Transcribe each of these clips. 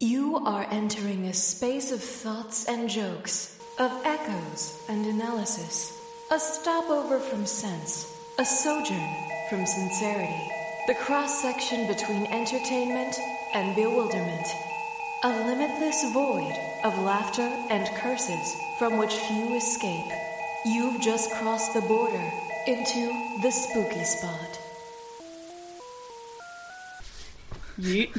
You are entering a space of thoughts and jokes, of echoes and analysis, a stopover from sense, a sojourn from sincerity, the cross section between entertainment and bewilderment, a limitless void of laughter and curses from which few escape. You've just crossed the border into the spooky spot. Yeet.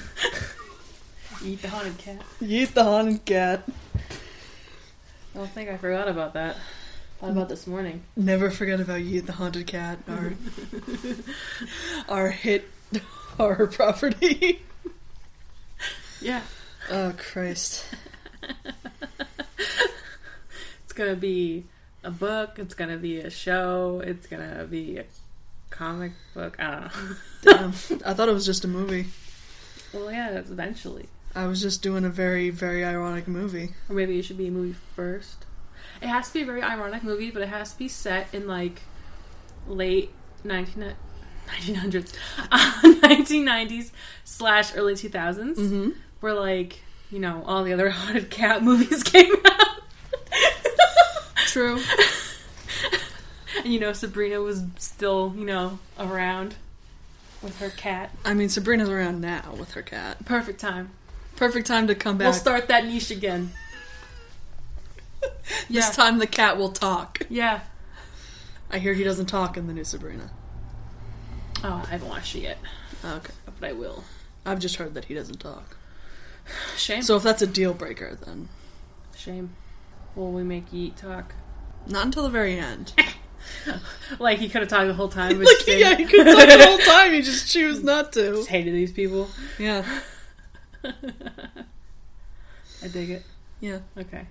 Eat the haunted cat. Yeet the haunted cat. I don't think I forgot about that. Thought about this morning. Never forget about Yeet the haunted cat, our our hit horror property. Yeah. Oh Christ. It's gonna be a book, it's gonna be a show, it's gonna be a comic book. ah. I don't know. Damn. I thought it was just a movie. Well, yeah, that's eventually. I was just doing a very, very ironic movie. Or maybe it should be a movie first. It has to be a very ironic movie, but it has to be set in like late 19, 1900s, 1990s slash early 2000s, Mm-hmm. where like, you know, all the other haunted cat movies came out. True. And you know, Sabrina was still, you know, around with her cat. I mean Sabrina's around now with her cat. Perfect time. Perfect time to come back. We'll start that niche again. This yeah. time the cat will talk. Yeah. I hear he doesn't talk in the new Sabrina. Oh, Oh, I haven't watched it yet, Okay. but I will. I've just heard that he doesn't talk. Shame. So if that's a deal breaker then. Shame. Will we make Yeet talk? Not until the very end. Like he could have talked the whole time, but like, he yeah, he could talk the whole time. He just choose not to. just hated these people. Yeah, I dig it. yeah. Okay.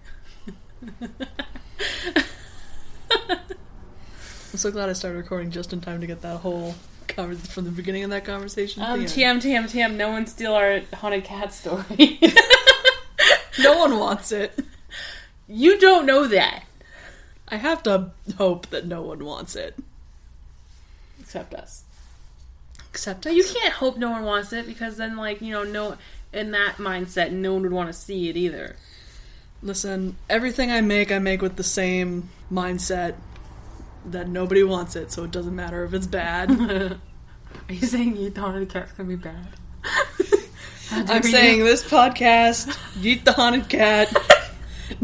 I'm so glad I started recording just in time to get that whole cover from the beginning of that conversation. to Um, the end. TM, TM, TM. No one steal our haunted cat story. No one wants it. you don't know that, I have to hope that no one wants it. except us. Except No, you can't hope no one wants it because then, like you know, no. In that mindset, no one would want to see it either. Listen, everything I make, I make with the same mindset that nobody wants it, so it doesn't matter if it's bad. Are you saying you thought the cat's gonna be bad? I'm saying this podcast, Yeet the Haunted Cat.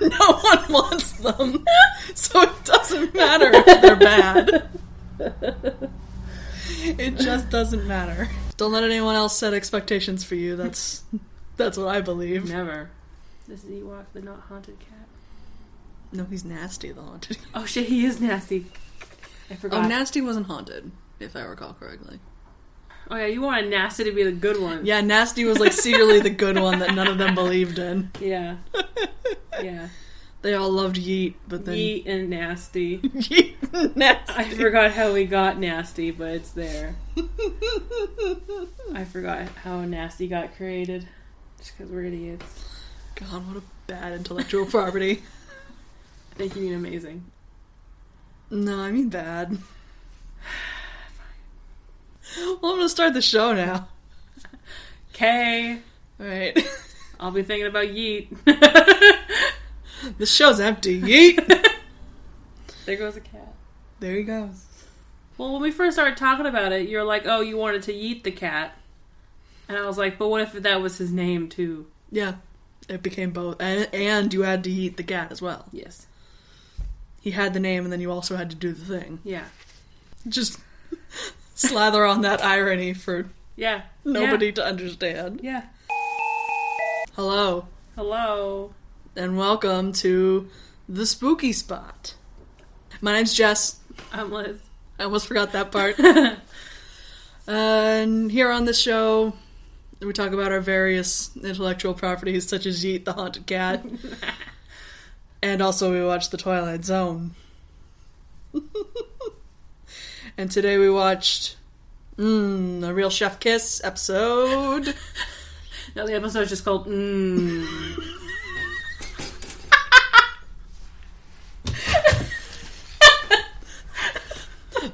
no one wants them, so it doesn't matter if they're bad. It just doesn't matter. Don't let anyone else set expectations for you. That's that's what I believe. never. This is Ewok, the not haunted cat. No, he's nasty. The haunted. Oh shit, he is nasty. I Oh, forgot. Oh, nasty wasn't haunted, if I recall correctly. Oh, yeah, you wanted nasty to be the good one. Yeah, nasty was like secretly the good one that none of them believed in. Yeah. Yeah. They all loved Yeet, but then Yeet and nasty. Yeet nasty. I forgot how we got nasty, but it's there. I forgot how nasty got created. Just because we're idiots. God, what a bad intellectual property. I think you mean amazing. No, I mean bad. Well, I'm gonna start the show now. Okay. All right, I'll be thinking about Yeet. the show's empty. Yeet. there goes a cat. There he goes. Well, when we first started talking about it, you were like, oh, you wanted to yeet the cat. And I was like, but what if that was his name, too? Yeah, it became both, and and you had to eat the cat as well. Yes. He had the name, and then you also had to do the thing. Yeah. Just slather on that irony for Yeah. nobody to understand. Yeah. yeah. Hello, Hello. and welcome to the spooky spot. My name's Jess. I'm Liz. I almost forgot that part. and here on this show, we talk about our various intellectual properties, such as Yeet the Haunted Cat. and also, we watch The Twilight Zone. and today, we watched mm, A Real Chef Kiss episode. Now the episode's just called Mmm.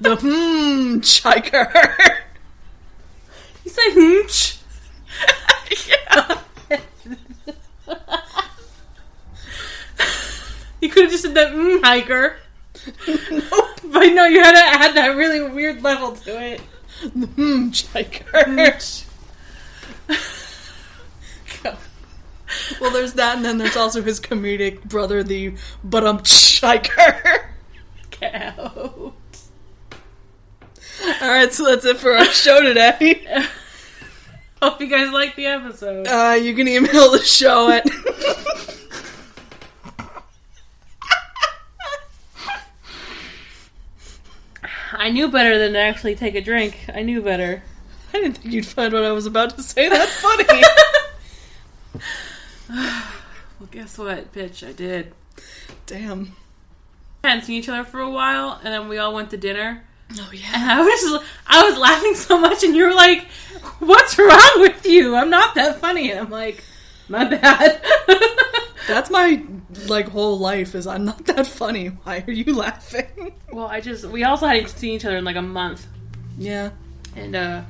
the Hmm Chiker. You say Mmm. have just said that mm, hiker. But no, you had to add that really weird level to it. Hmm, Jiker. Well, there's that, and then there's also his comedic brother, the but um Jiker. Get out. All right, so that's it for our show today. Hope you guys liked the episode. Uh, you can email the show at. I knew better than to actually take a drink. I knew better. I didn't think you'd find what I was about to say that funny. Well, guess what, bitch? I did. Damn. Hadn't seen each other for a while, and then we all went to dinner. Oh And yeah. I was, I was laughing so much, and you were like, "What's wrong with you? I'm not that funny." And I'm like, "My bad." That's my like whole life is I'm not that funny. Why are you laughing? well, I just we also hadn't seen each other in like a month, Yeah. and uh,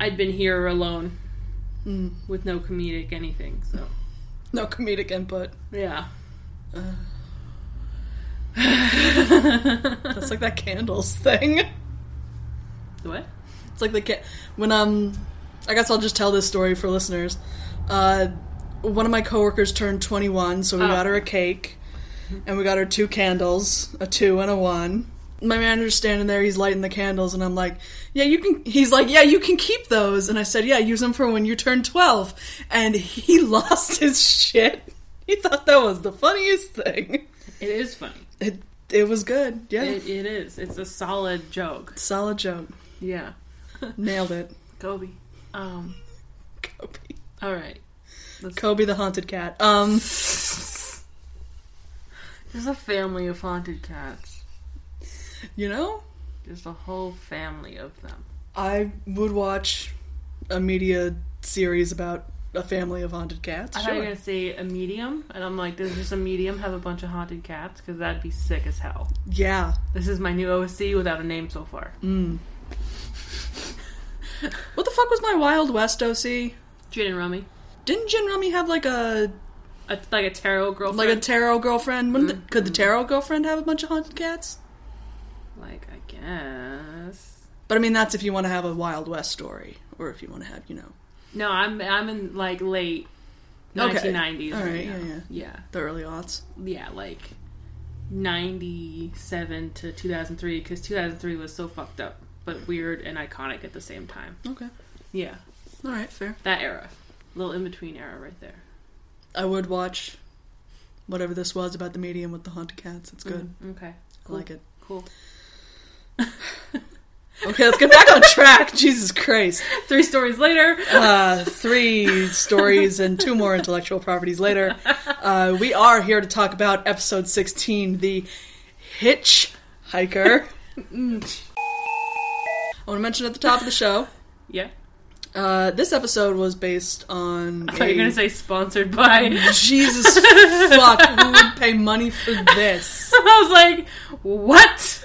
I'd been here alone Mm. with no comedic anything. So No comedic input. yeah. That's like that candles thing. what? It's like the ca- when um, I guess I'll just tell this story for listeners. Uh, one of my coworkers turned 21, so we Oh. got her a cake, and we got her two candles, a two and a one. My manager's standing there, he's lighting the candles, and I'm like, "Yeah, you can." He's like, "Yeah, you can keep those," and I said, "Yeah, use them for when you turn 12." And he lost his shit. He thought that was the funniest thing. It is funny. It it was good. Yeah, It, it is. It's a solid joke. solid joke. Yeah. Nailed it. Kobe. Um. Kobe. All right. Kobe the haunted cat. Um. There's a family of haunted cats. You know, There's a whole family of them. I would watch a media series about a family of haunted cats. I thought you were gonna say a medium, and I'm like, does just a medium have a bunch of haunted cats? Because that'd be sick as hell. Yeah. This is my new OC without a name so far. Mm. what the fuck was my Wild West OC? Jin and Rummy, Didn't Jin Rummy have like a a, like a tarot girlfriend. Mm-hmm. like a tarot girlfriend? Wouldn't the- could the tarot girlfriend have a bunch of haunted cats? like I guess. But I mean, that's if you want to have a Wild West story, or if you want to have, you know, No, I'm I'm in like late Okay. 1990s. All right, now. yeah, yeah. yeah, the early aughts. yeah, like 97 to 2003 because 2003 was so fucked up but weird and iconic at the same time Okay. yeah All right, fair. that era little in-between era right there I would watch whatever this was about the medium with the haunted cats. It's good. Mm, okay I like it. cool Okay, let's get back on track. Jesus Christ. three stories later Uh, three stories and two more intellectual properties later, uh, we are here to talk about episode 16, the Hitchhiker. I want to mention at the top of the show, yeah uh, this episode was based on. i thought you a- were gonna say sponsored by Jesus fuck, who would pay money for this? i was like what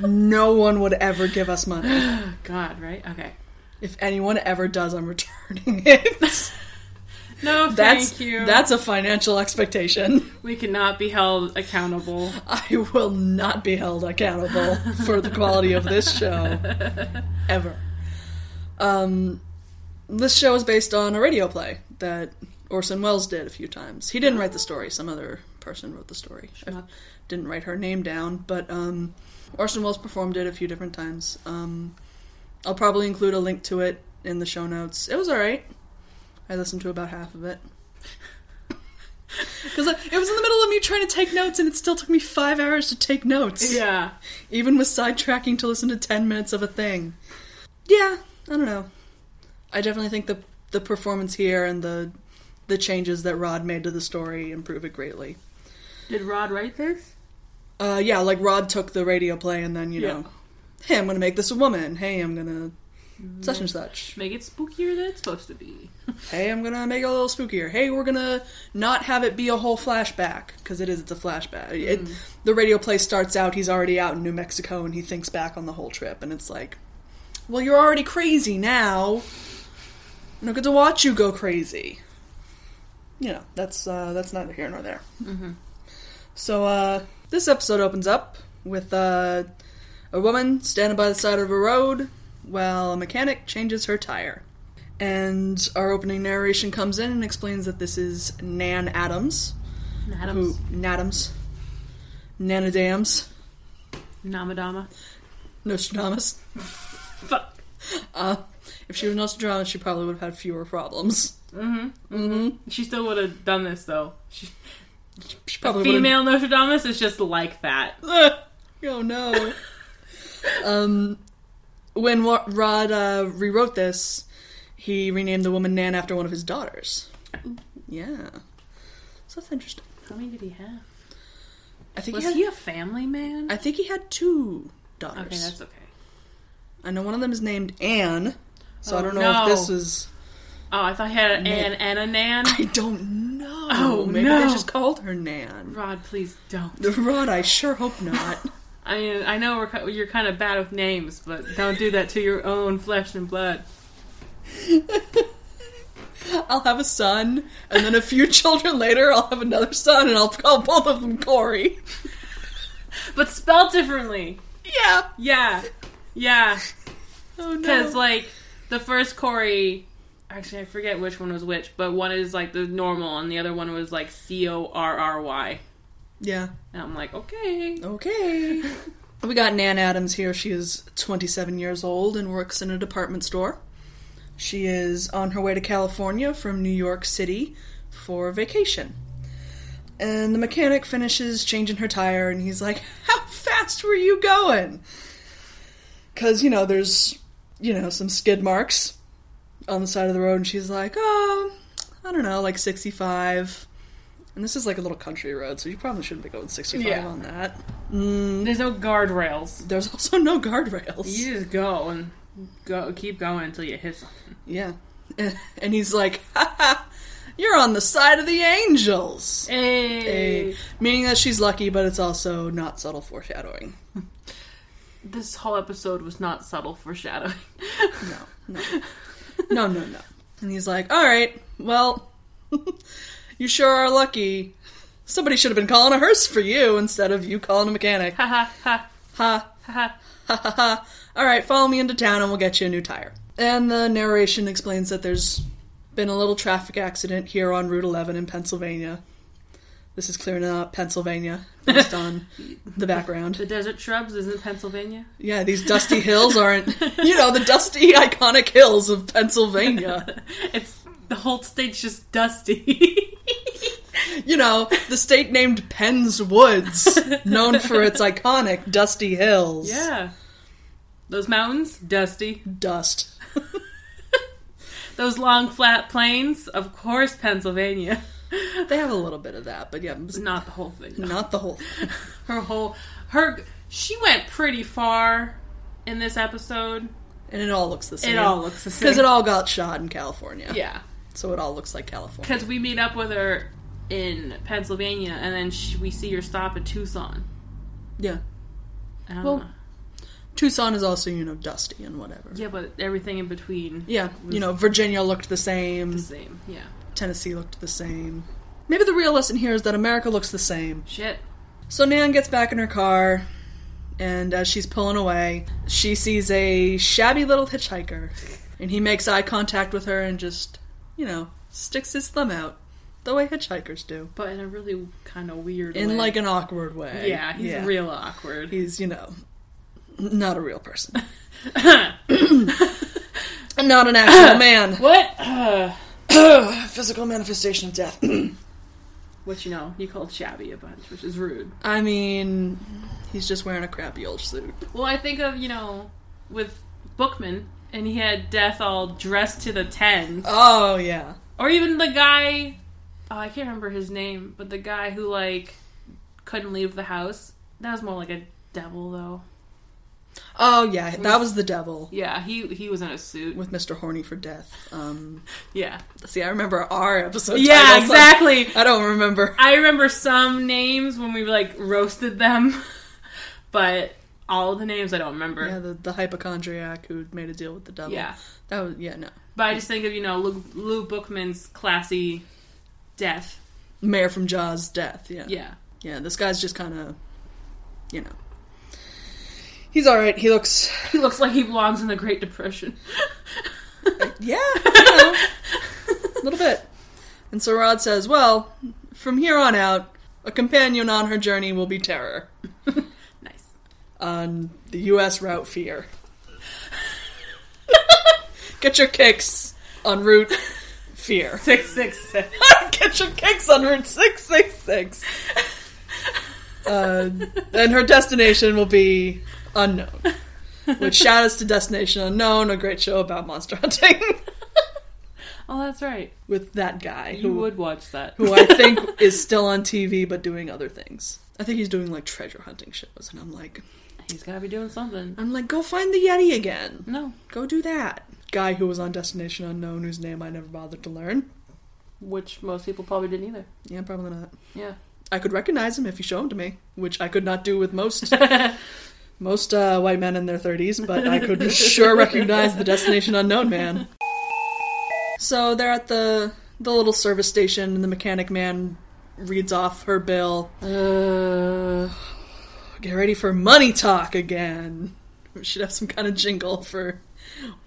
No one would ever give us money. god right okay If anyone ever does, I'm returning it. no That's thank you that's a financial expectation. we cannot be held accountable I will not be held accountable for the quality of this show ever. Um, this show is based on a radio play that Orson Welles did a few times. He didn't write the story; some other person wrote the story. I Schmuck. didn't write her name down, but um, Orson Welles performed it a few different times. Um, I'll probably include a link to it in the show notes. It was all right. I listened to about half of it. Because it was in the middle of me trying to take notes, and it still took me five hours to take notes. yeah Even with sidetracking to listen to 10 minutes of a thing. Yeah, I don't know. I definitely think the the performance here and the the changes that Rod made to the story improve it greatly. did rod write this Uh, yeah, like Rod took the radio play and then, you know, hey, I'm going to make this a woman. Hey, I'm going to such and such. make it spookier than it's supposed to be Hey, I'm gonna make it a little spookier. Hey, we're gonna not have it be a whole flashback because it is. It's a flashback. It, the radio play starts out. He's already out in New Mexico, and he thinks back on the whole trip, and it's like, well, you're already crazy now. And I get to watch you go crazy. you know, that's uh, that's neither here nor there. So uh, this episode opens up with uh, a woman standing by the side of a road while a mechanic changes her tire. And our opening narration comes in and explains that this is Nan Adams, Adams. who Nadams, Nana Dams, Namadama. Nostradamus. Fuck. Uh, if she was Nostradamus, she probably would have had fewer problems. She still would have done this though. She, She probably Oh, would've- female Nostradamus is just like that. oh no. um, when Wa- Rod uh, rewrote this, he renamed the woman Nan after one of his daughters. Yeah, so that's interesting. How many did he have? I think Was he had, he a family man? I think he had two daughters. okay, that's okay. I know one of them is named Anne, so I Oh, don't know no. if this is. Oh, I thought he had an Man. Ann and a Nan. I don't know. Oh, maybe no. they just called her Nan. Rod, please don't. Rod, I sure hope not. I mean, I know we're, ki- you're kind of bad with names, but don't do that to your own flesh and blood. I'll have a son, and then a few children later, I'll have another son, and I'll call both of them Corey. But spelled differently. Yeah. Yeah, yeah. Oh Because like the first Corey, actually I forget which one was which, but one is like the normal, and the other one was like C O R R Y. yeah. And I'm like, okay. Okay. we got Nan Adams here. She is 27 years old and works in a department store. She is on her way to California from New York City for vacation. And the mechanic finishes changing her tire and he's like, How fast were you going? Because, you know, there's, you know, some skid marks on the side of the road and she's like, Oh, I don't know, like 65. And this is like a little country road, so you probably shouldn't be going 65 Yeah. on that. There's no guardrails. There's also no guardrails. You just go and go, keep going until you hit something. Yeah. And he's like, ha ha, you're on the side of the angels. Hey. Hey. Meaning that she's lucky, but it's also not subtle foreshadowing. This whole episode was not subtle foreshadowing. No, no. no, no, no. And he's like, all right, well, you sure are lucky. Somebody should have been calling a hearse for you instead of you calling a mechanic. ha ha ha Ha, ha ha. ha ha ha. All right, follow me into town and we'll get you a new tire. And the narration explains that there's been a little traffic accident here on Route 11 in Pennsylvania. This is clearing up Pennsylvania based on the background. The desert shrubs is in Pennsylvania. Yeah, these dusty hills aren't, you know, the dusty iconic hills of Pennsylvania. It's the whole state's just dusty. You know, the state named Penn's Woods, known for its iconic dusty hills. yeah. Those mountains, dusty. Dust. Those long flat plains, of course, Pennsylvania. They have a little bit of that, but yeah, it's Not the whole thing. though. not the whole thing. Her whole her she went pretty far in this episode. And it all looks the same. It all looks the same. Because it all got shot in California. yeah, So it all looks like California. because we meet up with her in Pennsylvania, and then she, we see her stop at Tucson. Yeah. I don't Well- know. Tucson is also, you know, dusty and whatever. yeah, but everything in between, Yeah. You know, Virginia looked the same. the same. Yeah, Tennessee looked the same. Maybe the real lesson here is that America looks the same. shit. So Nan gets back in her car, and as she's pulling away, she sees a shabby little hitchhiker. And he makes eye contact with her and just, you know, sticks his thumb out. The way hitchhikers do. But in a really kind of weird, way. In like an awkward way. yeah, he's real awkward. he's you know not a real person not an actual man what? Uh, physical manifestation of death what you know? You called shabby a bunch, which is rude. i mean he's just wearing a crappy old suit Well, I think of, you know, with Bookman, and he had Death all dressed to the tens. oh yeah Or even the guy, oh, I can't remember his name, but the guy who, like, couldn't leave the house. That was more like a devil, though. oh yeah that was the devil Yeah, he he was in a suit. with mr horny for death um yeah. see i remember our episode Yeah, titles. exactly. i don't remember I remember some names when we, like, roasted them, but all of the names I don't remember. yeah the, the hypochondriac who made a deal with the devil yeah. that was yeah no But I just think of, you know, Lou, Lou Bookman's classy death. Mayor from Jaws' death. Yeah. Yeah. Yeah, this guy's just kind of, you know. He's alright. He looks. He looks like he belongs in the Great Depression. Yeah, you know, a little bit. And so Rod says, well, from here on out, a companion on her journey will be terror. nice. On the U.S. route, fear. Get your kicks on route, fear. Six six six. Get your kicks on Route 666. Uh, and her destination will be unknown. Which shout outs to Destination Unknown, a great show about monster hunting Oh, that's right. with that guy You who, would watch that. who I think is still on TV but doing other things. I think he's doing like treasure hunting shows, and I'm like, He's got to be doing something. I'm like, go find the Yeti again. No, Go do that. Guy who was on Destination Unknown, whose name I never bothered to learn. which most people probably didn't either. Yeah, probably not. Yeah. I could recognize him if you show him to me, which I could not do with most most uh, white men in their thirties. But I could sure recognize the destination unknown man. So they're at the the little service station, and the mechanic man reads off her bill. Uh, Get ready for money talk again. We should have some kind of jingle for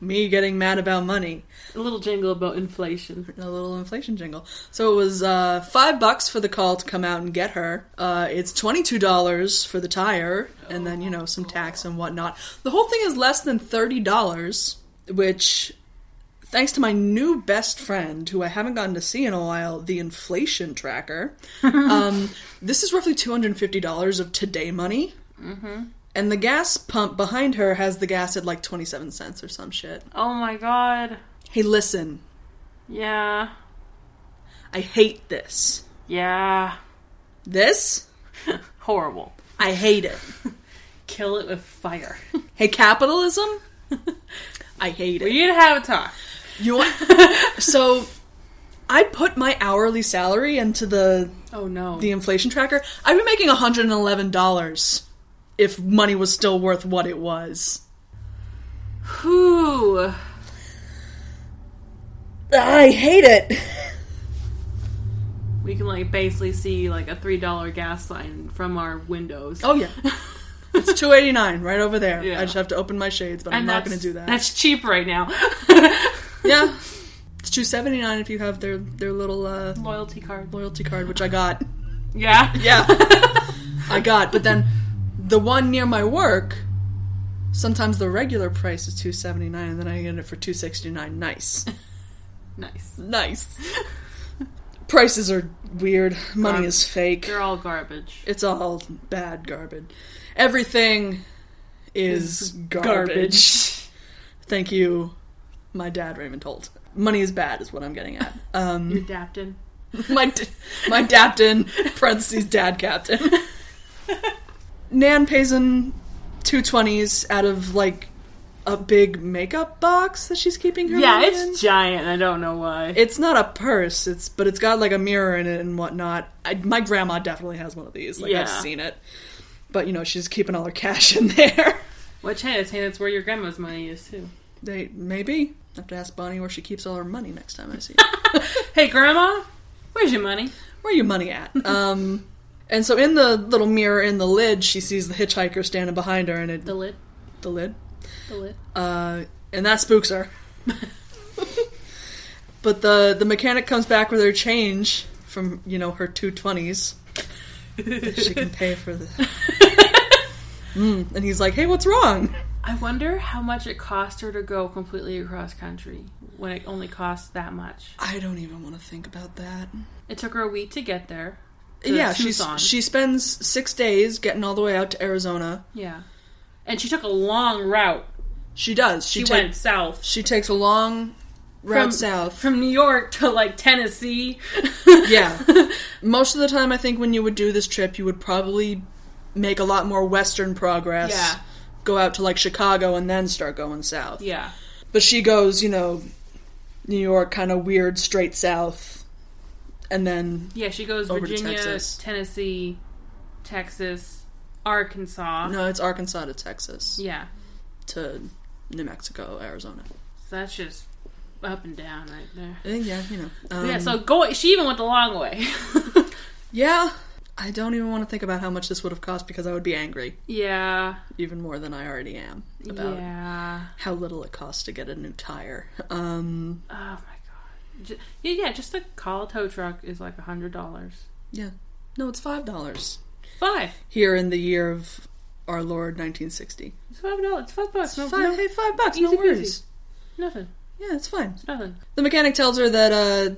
me getting mad about money. a little jingle about inflation. a little inflation jingle. So it was uh, five bucks for the call to come out and get her. Uh, it's twenty two dollars for the tire, and then you know some tax and whatnot. The whole thing is less than thirty dollars, which, thanks to my new best friend who I haven't gotten to see in a while, the inflation tracker. um, this is roughly two hundred and fifty dollars of today money. And the gas pump behind her has the gas at like 27 cents or some shit. Oh my god. Hey, listen, Yeah. I hate this. Yeah. This? Horrible. I hate it. Kill it with fire. Hey, capitalism? I hate we it. need to have a talk. You want- so, I put my hourly salary into the Oh no. the inflation tracker. I'd be making $111 if money was still worth what it was. Whew. I hate it. We can like basically see like a three dollar gas sign from our windows. Oh yeah. It's 289 right over there. Yeah. I just have to open my shades, but I'm And not that's- going to do that. That's cheap right now. yeah. It's 279 if you have their their little uh, Loyalty card. loyalty card which I got. Yeah. Yeah. I got, but then the one near my work, sometimes the regular price is 279 and then I get it for 269. Nice. Nice. Nice. Prices are weird. Money Garb- is fake. They're all garbage. It's all bad garbage. Everything is Is garbage. Thank you, my dad Raymond Holt. Money is bad is what I'm getting at. Um, You're Dapton. my d- my dapton parentheses dad captain. Nan pays him two twenties out of like a big makeup box that she's keeping her. Yeah, money it's in. giant. I don't know why. it's not a purse. It's but it's got like a mirror in it and whatnot. I, my grandma definitely has one of these. Like Yeah. I've seen it, but you know she's keeping all her cash in there. Which hey, it's hey, that's where your grandma's money is too. They maybe I have to ask Bonnie where she keeps all her money next time I see her. Hey, grandma, where's your money? where your money at? Um, and so in the little mirror in the lid, she sees the hitchhiker standing behind her, and it The the, lid. lid, The lid. uh, and that spooks her. but the the mechanic comes back with her change from you know her two twenties. she can pay for the. Mm, and he's like, "Hey, what's wrong?" I wonder how much it cost her to go completely across country when it only costs that much. I don't even want to think about that. It took her a week to get there. to yeah, she's, Tucson. she spends six days getting all the way out to Arizona. Yeah. And she took a long route. She does. She, She ta- went south. She takes a long route From- south. From New York to like Tennessee. yeah. Most of the time, I think when you would do this trip, you would probably make a lot more Western progress. Yeah. Go out to like Chicago and then start going south. Yeah. But she goes, you know, New York, kind of weird, straight south, and then Yeah, she goes Over to Virginia, Texas. Tennessee, Texas, Arkansas. no, it's Arkansas to Texas Yeah. to New Mexico, Arizona. So that's just up and down right there. Eh, yeah, you know. Um, yeah, so go. She even went the long way. yeah, I don't even want to think about how much this would have cost because I would be angry yeah, even more than I already am about yeah. how little it costs to get a new tire. Um, Oh my god. Ju- Yeah, yeah. Just a call tow truck is like a hundred dollars. yeah, no, it's five dollars Five. here in the year of our Lord 1960. It's five dollars. It's five bucks. No, five, no- hey, five bucks, no easy peasy. worries. nothing. Yeah, it's fine. It's nothing. The mechanic tells her that uh,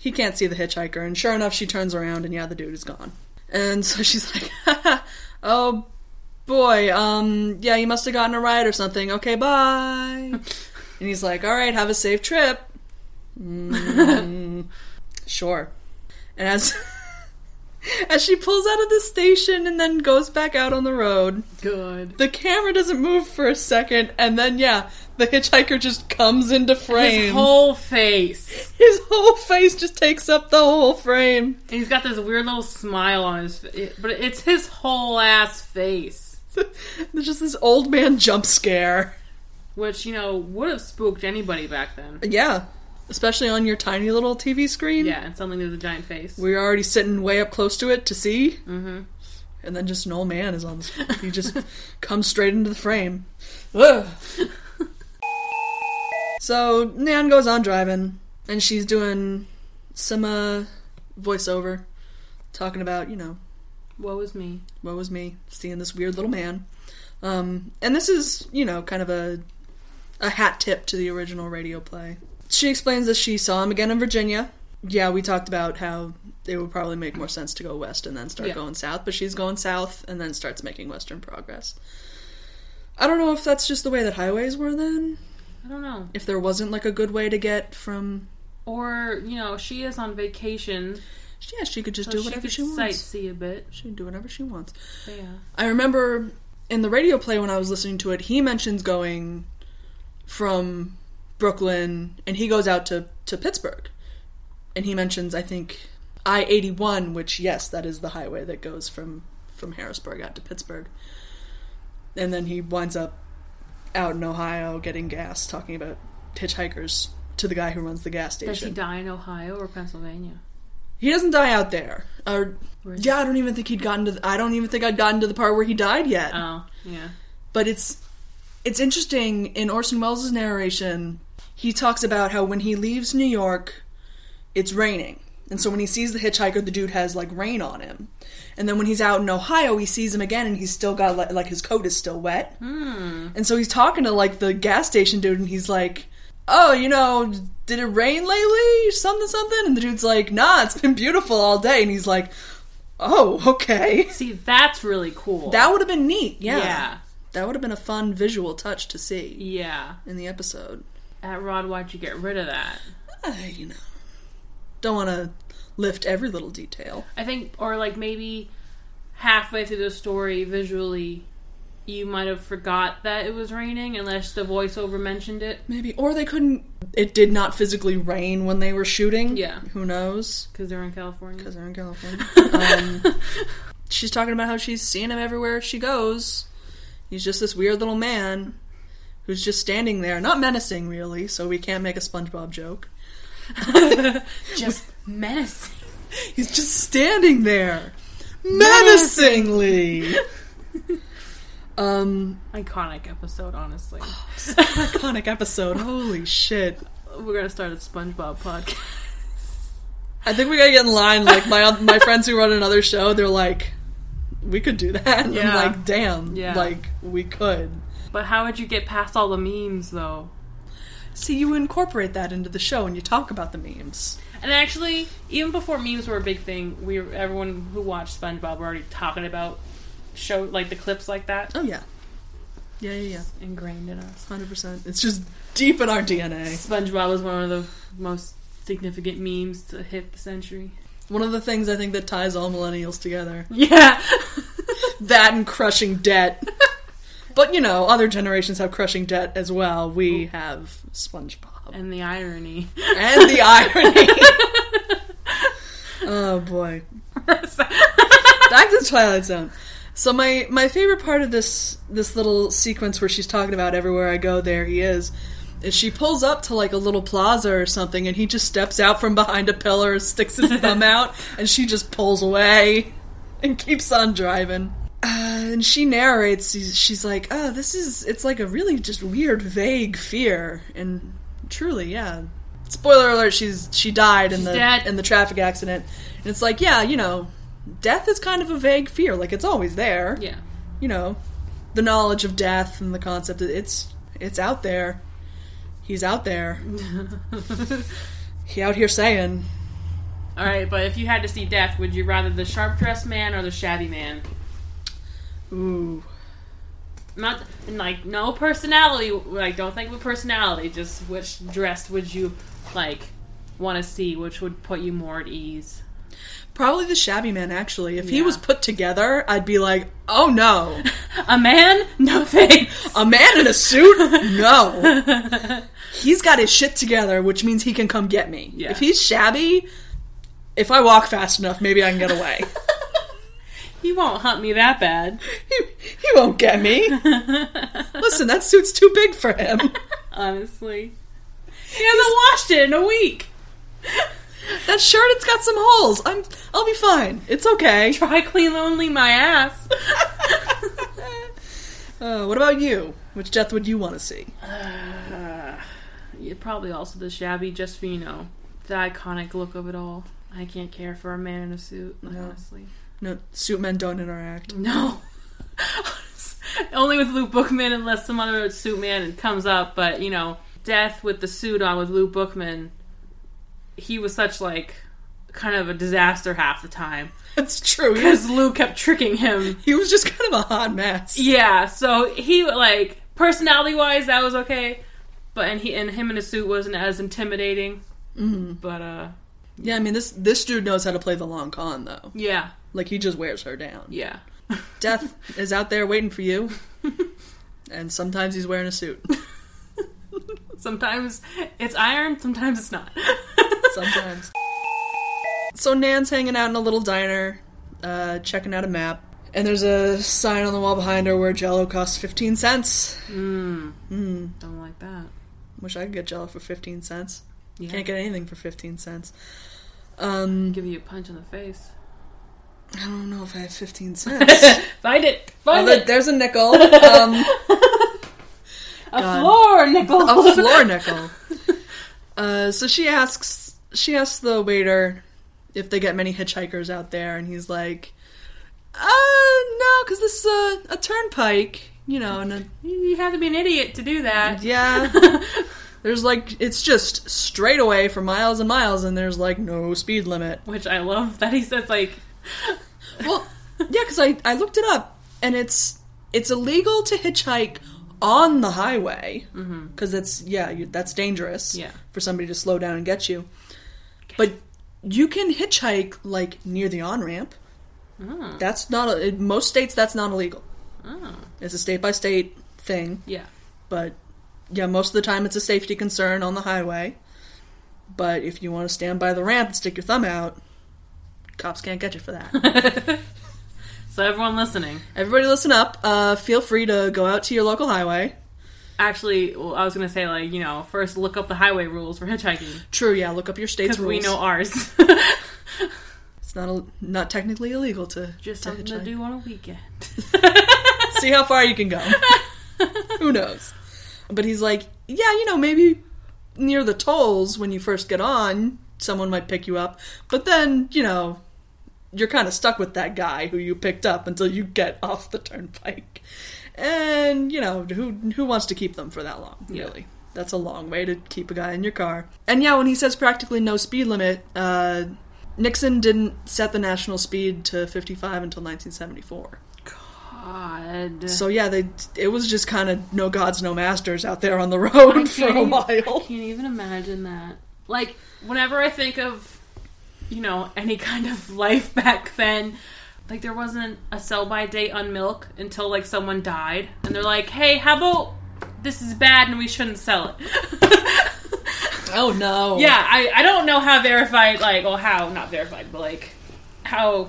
he can't see the hitchhiker, and sure enough, she turns around and yeah, the dude is gone. And so she's like, "Oh boy, um, yeah, you must have gotten a ride or something. Okay, bye." and he's like, "All right, have a safe trip." Mm, sure. And as as she pulls out of the station and then goes back out on the road, Good. the camera doesn't move for a second, and then yeah, the hitchhiker just comes into frame. His whole face. His whole face just takes up the whole frame. And he's got this weird little smile on his face, but it's his whole ass face. There's just this old man jump scare. Which, you know, would have spooked anybody back then. Yeah. Especially on your tiny little TV screen. Yeah, and suddenly there's a giant face. We're already sitting way up close to it to see. Mm-hmm. And then just an old man is on the screen. He just comes straight into the frame. Ugh. so Nan goes on driving, and she's doing some uh, voiceover, talking about, you know, Woe is me. woe was me seeing this weird little man um, and this is you know kind of a a hat tip to the original radio play she explains that she saw him again in virginia yeah we talked about how it would probably make more sense to go west and then start Yeah. going south but she's going south and then starts making western progress i don't know if that's just the way that highways were then I don't know. if there wasn't like a good way to get from Or, you know, she is on vacation. yeah she could just So do she whatever could she wants sightsee a bit. she can do whatever she wants But yeah. I remember in the radio play when I was listening to it, he mentions going from Brooklyn and he goes out to, to Pittsburgh. And he mentions, I think, I 81, which, yes, that is the highway that goes from, from Harrisburg out to Pittsburgh. And then he winds up out in Ohio getting gas, talking about hitchhikers to the guy who runs the gas Does station. she die in Ohio or Pennsylvania? He doesn't die out there. Or, Where is yeah, I don't even think he'd gotten to. The, I don't even think I'd gotten to the part where he died yet Oh, yeah. but it's it's interesting in Orson Welles' narration he talks about how when he leaves New York it's raining and so when he sees the hitchhiker the dude has like rain on him and then when he's out in Ohio he sees him again and he's still got like, like his coat is still wet and so he's talking to like the gas station dude and he's like oh you know did it rain lately something something and the dude's like nah it's been beautiful all day and he's like oh okay See, that's really cool. that would have been neat yeah. yeah. That would have been a fun visual touch to see Yeah. in the episode. At Rod, why'd you get rid of that? I, you know, don't want to lift every little detail. I think, or like maybe halfway through the story, visually, you might have forgot that it was raining unless the voiceover mentioned it. Maybe, or they couldn't. It did not physically rain when they were shooting. Yeah. who knows? Because they're in California. Because they're in California. um, she's talking about how she's seen him everywhere she goes. He's just this weird little man who's just standing there, not menacing really. So we can't make a SpongeBob joke. Just menacing. He's just standing there, menacingly. um, Iconic episode, honestly. iconic episode. Holy shit! We're going to start a SpongeBob podcast. I think we gotta get in line. Like my my friends who run another show, they're like, we could do that. And Yeah. I'm like, damn. Yeah. Like we could. But how would you get past all the memes, though? See, you incorporate that into the show, and you talk about the memes. And actually, even before memes were a big thing, we were, everyone who watched SpongeBob were already talking about show like the clips like that Oh yeah, yeah, yeah, yeah. ingrained in us. Hundred percent. It's just deep in our DNA. SpongeBob was one of the most significant memes to hit the century. One of the things I think that ties all millennials together. Yeah. that and crushing debt. but you know, other generations have crushing debt as well. We have SpongeBob and the irony. and the irony. oh boy, back to the Twilight Zone. So my my favorite part of this this little sequence where she's talking about everywhere I go, there he is, And she pulls up to like a little plaza or something, and he just steps out from behind a pillar, sticks his thumb out, and she just pulls away and keeps on driving. Uh, and she narrates, she's- she's like, oh, this is, it's like a really just weird, vague fear. And truly, yeah. Spoiler alert, she's, she died in She's the, dead. in the traffic accident. And it's like, yeah, you know, death is kind of a vague fear. Like, it's always there Yeah. you know, the knowledge of death and the concept of it's it's out there. He's out there. he out here saying, All right, but if you had to see death, would you rather the sharp dressed man or the shabby man? "Ooh, Not and, like no personality. Like don't think with personality. Just which dress would you like want to see? Which would put you more at ease? probably the shabby man actually. If he Yeah. was put together, I'd be like, "Oh no. A man? No thanks. A man in a suit? No. He's got his shit together, which means he can come get me. Yeah. If he's shabby, if I walk fast enough, maybe I can get away. He won't hunt me that bad. he, he won't get me. Listen, that suit's too big for him. Honestly, he hasn't washed it in a week. That shirt, it's got some holes. I'm, I'll be fine. It's okay. Dry clean only my ass. Uh, what about you? Which death would you want to see? Yeah, probably also the shabby, just for you know, the iconic look of it all. I can't care for a man in a suit, like, No. honestly. No, suit men don't interact. No. Only with Luke Bookman, unless some other suit man comes up. But you know, death with the suit on with Luke Bookman. He was such like kind of a disaster half the time That's true. He was, because Luke kept tricking him. he was just kind of a hot mess. Yeah, so he like personality wise that was okay, but and he and him in a suit wasn't as intimidating. Mm. But uh, Yeah, I mean this this dude knows how to play the long con though. yeah, Like he just wears her down. yeah. Death is out there waiting for you, and sometimes he's wearing a suit. Sometimes it's iron, sometimes it's not. Sometimes. so Nan's hanging out in a little diner, uh, checking out a map, and there's a sign on the wall behind her where Jello costs fifteen cents. Don't like that. Wish I could get Jello for fifteen cents. Yeah. Can't get anything for fifteen cents. Um, give you a punch in the face. I don't know if I have fifteen cents. Find it. oh, Find look, it. there's a nickel. Um, A floor, nickel. a floor nickel. Uh, so she asks she asks the waiter if they get many hitchhikers out there, and he's like, "Uh, no, because this is a, a turnpike, you know." And a, You have to be an idiot to do that. yeah, there's like it's just straight away for miles and miles, and there's like no speed limit. Which I love that he says like, Well, yeah, because I I looked it up, and it's it's illegal to hitchhike on the highway because it's yeah you, that's dangerous. Yeah. for somebody to slow down and get you, but you can hitchhike like near the on ramp. oh, That's not a- in most states. That's not illegal. oh, It's a state by state thing, yeah, but yeah, most of the time it's a safety concern on the highway. But if you want to stand by the ramp and stick your thumb out, cops can't get you for that. so everyone listening, Everybody, listen up. Uh, feel free to go out to your local highway. actually, well, I was gonna say like, you know, first look up the highway rules for hitchhiking True, yeah. Look up your state's because rules. we know ours. it's not a, not technically illegal to Just to something to hitchhike. do on a weekend. See how far you can go. Who knows? But he's like, yeah, you know, maybe near the tolls when you first get on, someone might pick you up. But then, you know, you're kind of stuck with that guy who you picked up until you get off the turnpike. And you know who who wants to keep them for that long? Yeah. Really, that's a long way to keep a guy in your car. And yeah, when he says practically no speed limit, uh, Nixon didn't set the national speed to 55 until 1974. God, So yeah, they it was just kind of no gods, no masters out there on the road for a can't- I while. can't even imagine that. Like, whenever I think of, you know, any kind of life back then, like there wasn't a sell by date on milk until like someone died, and they're like, "Hey, how about this is bad and we shouldn't sell it." Oh no! yeah, I I don't know how verified, like, or how not verified, but like how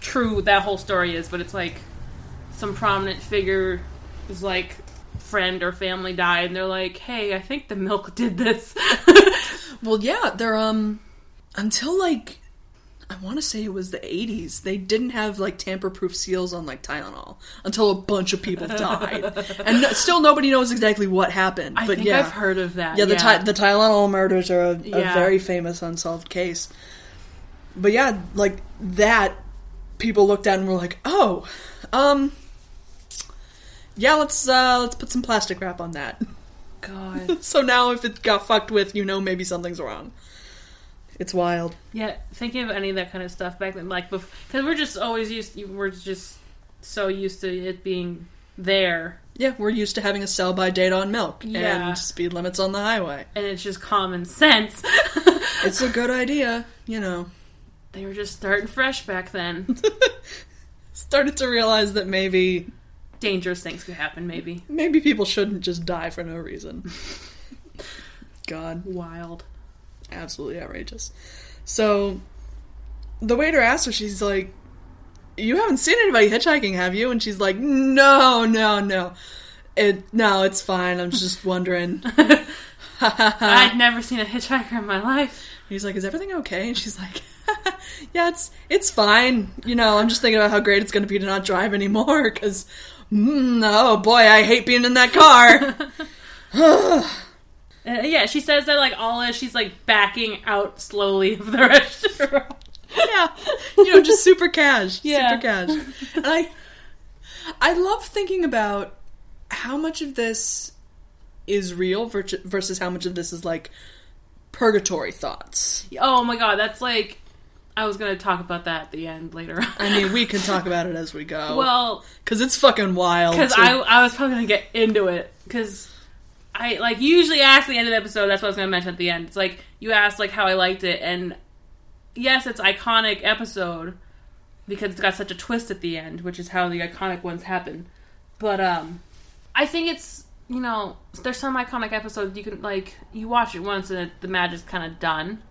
true that whole story is, but it's like some prominent figure was like friend or family die, and they're like, "Hey, I think the milk did this." Well, yeah, they're um until like I want to say it was the 80s. They didn't have like tamper-proof seals on like Tylenol until a bunch of people died, and no, still nobody knows exactly what happened. I but think yeah, I've heard of that. yeah, the Ty- the Tylenol murders are a, a Yeah. very famous unsolved case. But yeah, like that, people looked at and were like, "Oh, um, yeah, let's uh, let's put some plastic wrap on that." God. So now if it got fucked with, you know maybe something's wrong. It's wild. Yeah, thinking of any of that kind of stuff back then, like because we're just always used, we're just so used to it being there, Yeah, we're used to having a sell by date on milk Yeah. and speed limits on the highway. and it's just common sense. It's a good idea, you know. they were just starting fresh back then. Started to realize that maybe Dangerous things could happen, maybe. maybe people shouldn't just die for no reason. God, Wild. absolutely outrageous. So the waiter asks her, she's like, You haven't seen anybody hitchhiking, have you? And she's like, No, no, no. It no, it's fine. I'm just wondering. I'd never seen a hitchhiker in my life. He's like, "Is everything okay?" And she's like, "Yeah, it's it's fine. You know, I'm just thinking about how great it's going to be to not drive anymore because, mm, oh boy, I hate being in that car." Uh, yeah, she says that like all as she's like backing out slowly of the restaurant. yeah, you know, just super cash, Yeah. super cash. And I, I love thinking about how much of this is real versus versus how much of this is like purgatory thoughts. Oh my god, that's like I was gonna talk about that at the end later. I mean, we can talk about it as we go. well, because it's fucking wild. because to- I I was probably gonna get into it because I like usually ask the end of the episode. That's what I was gonna mention at the end. It's like you asked like how I liked it, and yes, it's iconic episode because it's got such a twist at the end, which is how the iconic ones happen. But um, I think it's you know there's some iconic episodes you can like you watch it once and it, the magic's kind of done.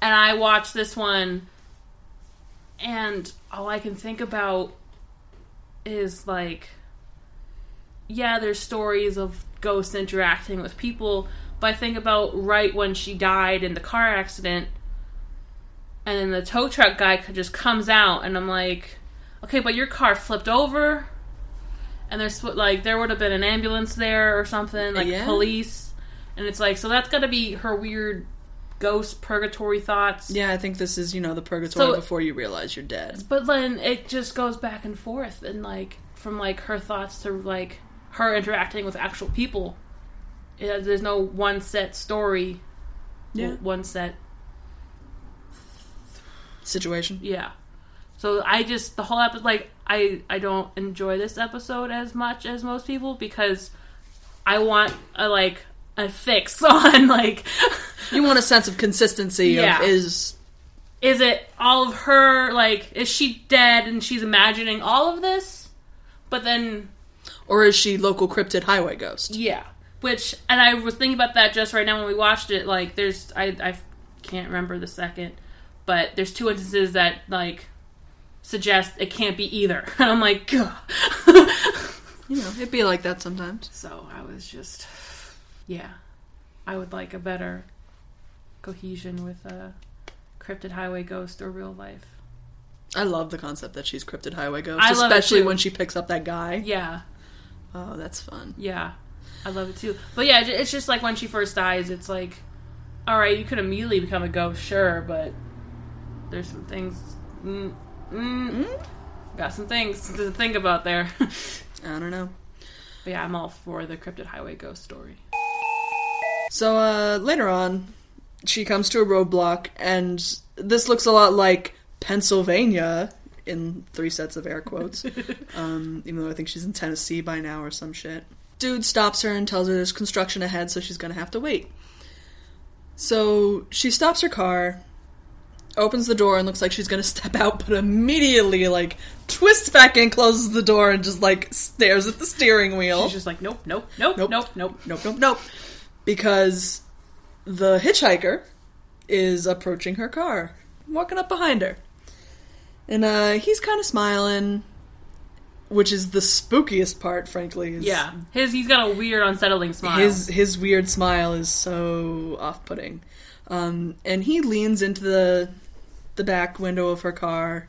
And I watched this one, and all I can think about is like yeah, there's stories of ghosts interacting with people, but I think about right when she died in the car accident, and then the tow truck guy could just comes out, and I'm like, okay, but your car flipped over, and there's like there would have been an ambulance there or something, like Yeah. police, and it's like so that's got to be her weird ghost purgatory thoughts. Yeah, I think this is, you know, the purgatory So- before you realize you're dead. But then it just goes back and forth, and like from like her thoughts to like her interacting with actual people. Yeah, there's no one set story. Yeah. One set. Situation. Yeah. So I just the whole episode like I I don't enjoy this episode as much as most people because I want a like a fix on like You want a sense of consistency Yeah. of is is it all of her like is she dead and she's imagining all of this? But then or is she local cryptid highway ghost? Yeah. Which, and I was thinking about that just right now when we watched it. Like, there's, I, I can't remember the second, but there's two instances that, like, suggest it can't be either. And I'm like, Gah. You know, it'd be like that sometimes. so I was just, yeah. I would like a better cohesion with a cryptid highway ghost or real life. I love the concept that she's cryptid highway ghost, I love it especially too. when she picks up that guy. Yeah. Oh, that's fun. Yeah, I love it too. But yeah, it's just like when she first dies, it's like, all right, you could immediately become a ghost, sure, but there's some things. Mm, mm, Hmm? Got some things to think about there. but I don't know. yeah, I'm all for the cryptid highway ghost story. So uh later on, she comes to a roadblock and this looks a lot like Pennsylvania in three sets of air quotes. um, even though I think she's in Tennessee by now or some shit. Dude stops her and tells her there's construction ahead, so she's gonna have to wait. So she stops her car, opens the door, and looks like she's gonna step out, but immediately like twists back in, closes the door, and just like stares at the steering wheel She's just like, nope, nope, nope, Oh. Nope. nope, nope, nope. nope, nope, nope. Because the hitchhiker is approaching her car, walking up behind her. And uh, he's kind of smiling, which is the spookiest part, frankly. Is Yeah, his he's got a weird, unsettling smile. His his weird smile is so off putting. Um, and he leans into the the back window of her car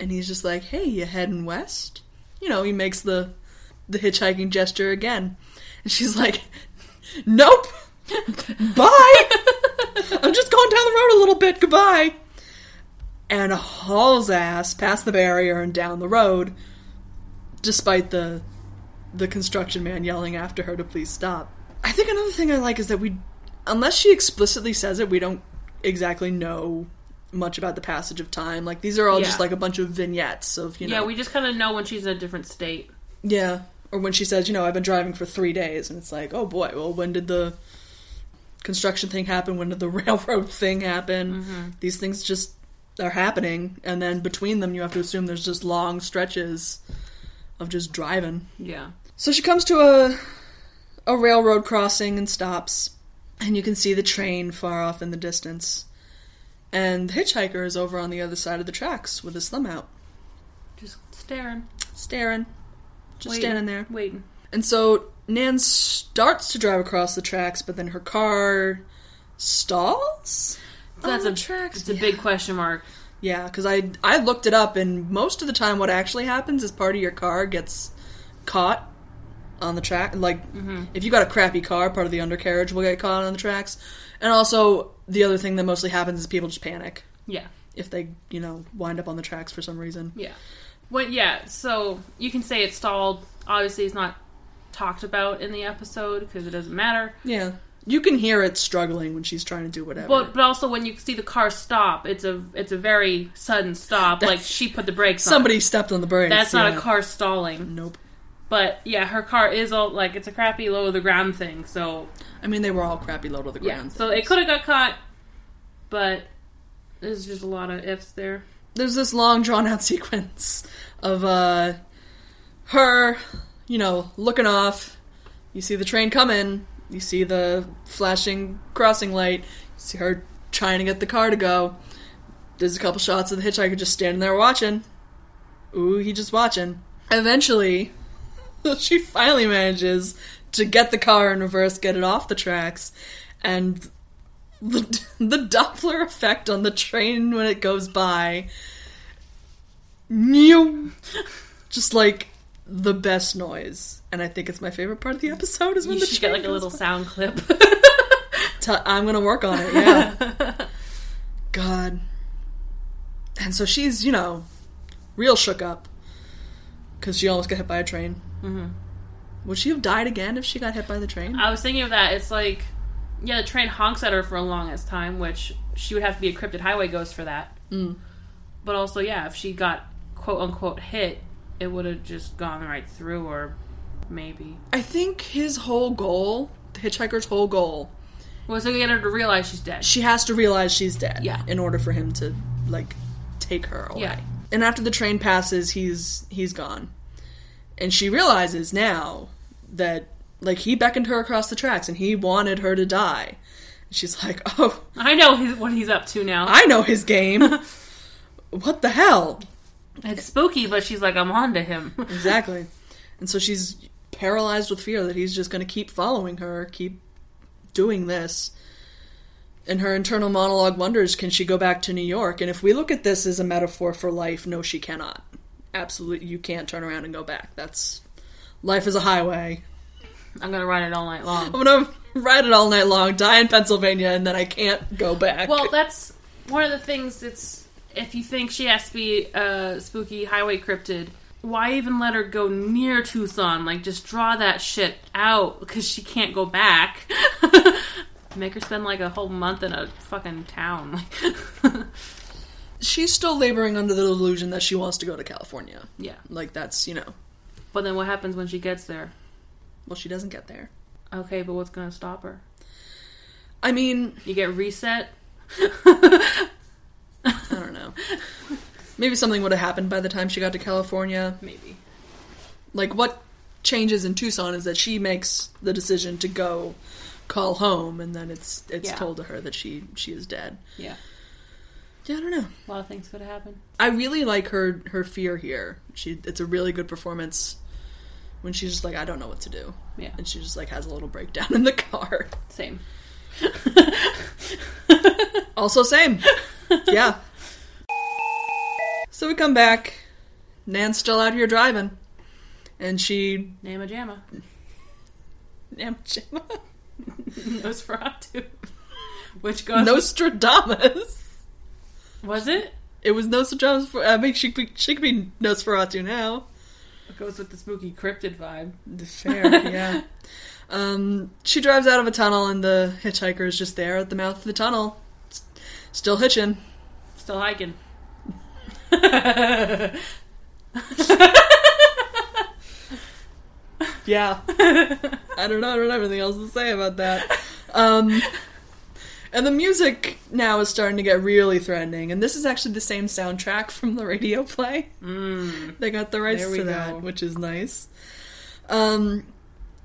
and he's just like, Hey, you heading west? You know, he makes the the hitchhiking gesture again. And she's like, Nope. Bye. I'm just going down the road a little bit. Goodbye. And hauls ass past the barrier and down the road, despite the the construction man yelling after her to please stop. I think another thing I like is that we, unless she explicitly says it, we don't exactly know much about the passage of time. Like these are all just Yeah. like a bunch of vignettes of you know, yeah, we just kind of know when she's in a different state. yeah. Or when she says, you know, I've been driving for three days, and it's like, oh boy, well, when did the construction thing happen? When did the railroad thing happen? These things just are happening, and then between them, you have to assume there's just long stretches of just driving. Yeah, So she comes to a a railroad crossing and stops, and you can see the train far off in the distance. And the hitchhiker is over on the other side of the tracks with his thumb out, just staring, staring, just waiting, standing there. waiting. And so Nan starts to drive across the tracks, but then her car stalls. That's on a Oh, the tracks. It's a big question mark. Yeah, because I I looked it up, and most of the time, what actually happens is part of your car gets caught on the track. Like, Mm-hmm. if you got a crappy car, part of the undercarriage will get caught on the tracks. And also, the other thing that mostly happens is people just panic Yeah, if they you know wind up on the tracks for some reason. yeah. When yeah, so you can say it stalled. Obviously, it's not talked about in the episode because it doesn't matter. Yeah, you can hear it struggling when she's trying to do whatever. But but also when you see the car stop, it's a it's a very sudden stop. like That's- she put the brakes. Somebody stepped on the brakes. on. That's not yeah. a car stalling. Nope. But yeah, her car is all like it's a crappy low of the ground thing. So I mean, they were all crappy low to the yeah, ground. so it could have got caught, but there's just a lot of ifs there. there's this long drawn out sequence of uh her you know looking off you see the train coming you see the flashing crossing light you see her trying to get the car to go there's a couple shots of the hitchhiker just standing there watching ooh he just watching eventually she finally manages to get the car in reverse get it off the tracks and the, the Doppler effect on the train when it goes by. Mew. Just like the best noise. And I think it's my favorite part of the episode is when You the should train get like a goes little by. sound clip. T- I'm gonna work on it. Yeah. God. And so she's, you know, real shook up because she almost got hit by a train. Mm-hmm. Would she have died again if she got hit by the train? I was thinking of that. It's like yeah, the train honks at her for a long ass time, which she would have to be a cryptid highway ghost for that. But also, yeah, if she got quote unquote hit, it would have just gone right through, or maybe. I think his whole goal, the hitchhiker's whole goal, Well, so we get her to realize she's dead. she has to realize she's dead. Yeah. In order for him to like take her away. Yeah. And after the train passes, he's he's gone. And she realizes now that like he beckoned her across the tracks and he wanted her to die. And she's like, "Oh, I know he's, what he's up to now. I know his game. what the hell?" It's spooky, but she's like, I'm on to him. Exactly. And so she's paralyzed with fear that he's just going to keep following her, keep doing this. And her internal monologue wonders can she go back to New York? And if we look at this as a metaphor for life, no, she cannot. Absolutely, you can't turn around and go back. That's life is a highway. I'm gonna ride it all night long. I'm going to ride it all night long, die in Pennsylvania, and then I can't go back. Well, that's one of the things that's. If you think she has to be a spooky highway cryptid, why even let her go near Tucson? Like, just draw that shit out because she can't go back. Make her spend like a whole month in a fucking town. Like, she's still laboring under the delusion that she wants to go to California. yeah. Like, that's, you know, But then what happens when she gets there? well, she doesn't get there. Okay, but what's gonna stop her? I mean, You get reset? I don't know. Maybe something would have happened by the time she got to California. Maybe. Like, what changes in Tucson is that she makes the decision to go call home, and then it's it's Yeah. told to her that she she is dead. Yeah. Yeah, I don't know. A lot of things could have happened. I really like her her fear here. She it's a really good performance when she's just like I don't know what to do. Yeah. And she just like has a little breakdown in the car. Same. Also same. yeah. So we come back. Nan's still out here driving. And she Nama Jamma. Nam Gemma. Nosferatu. Which goes. Nostradamus. was it? It was Nostradamus for I mean she could be- she could be Nosferatu now. It goes with the spooky cryptid vibe. Fair, yeah. Um, she drives out of a tunnel, and the hitchhiker is just there at the mouth of the tunnel, s- still hitching. Still hiking. Yeah, I don't know. I don't have anything else to say about that. Um, and the music now is starting to get really threatening. And this is actually the same soundtrack from the radio play. Mm. They got the rights There we to that, go. which is nice. Um,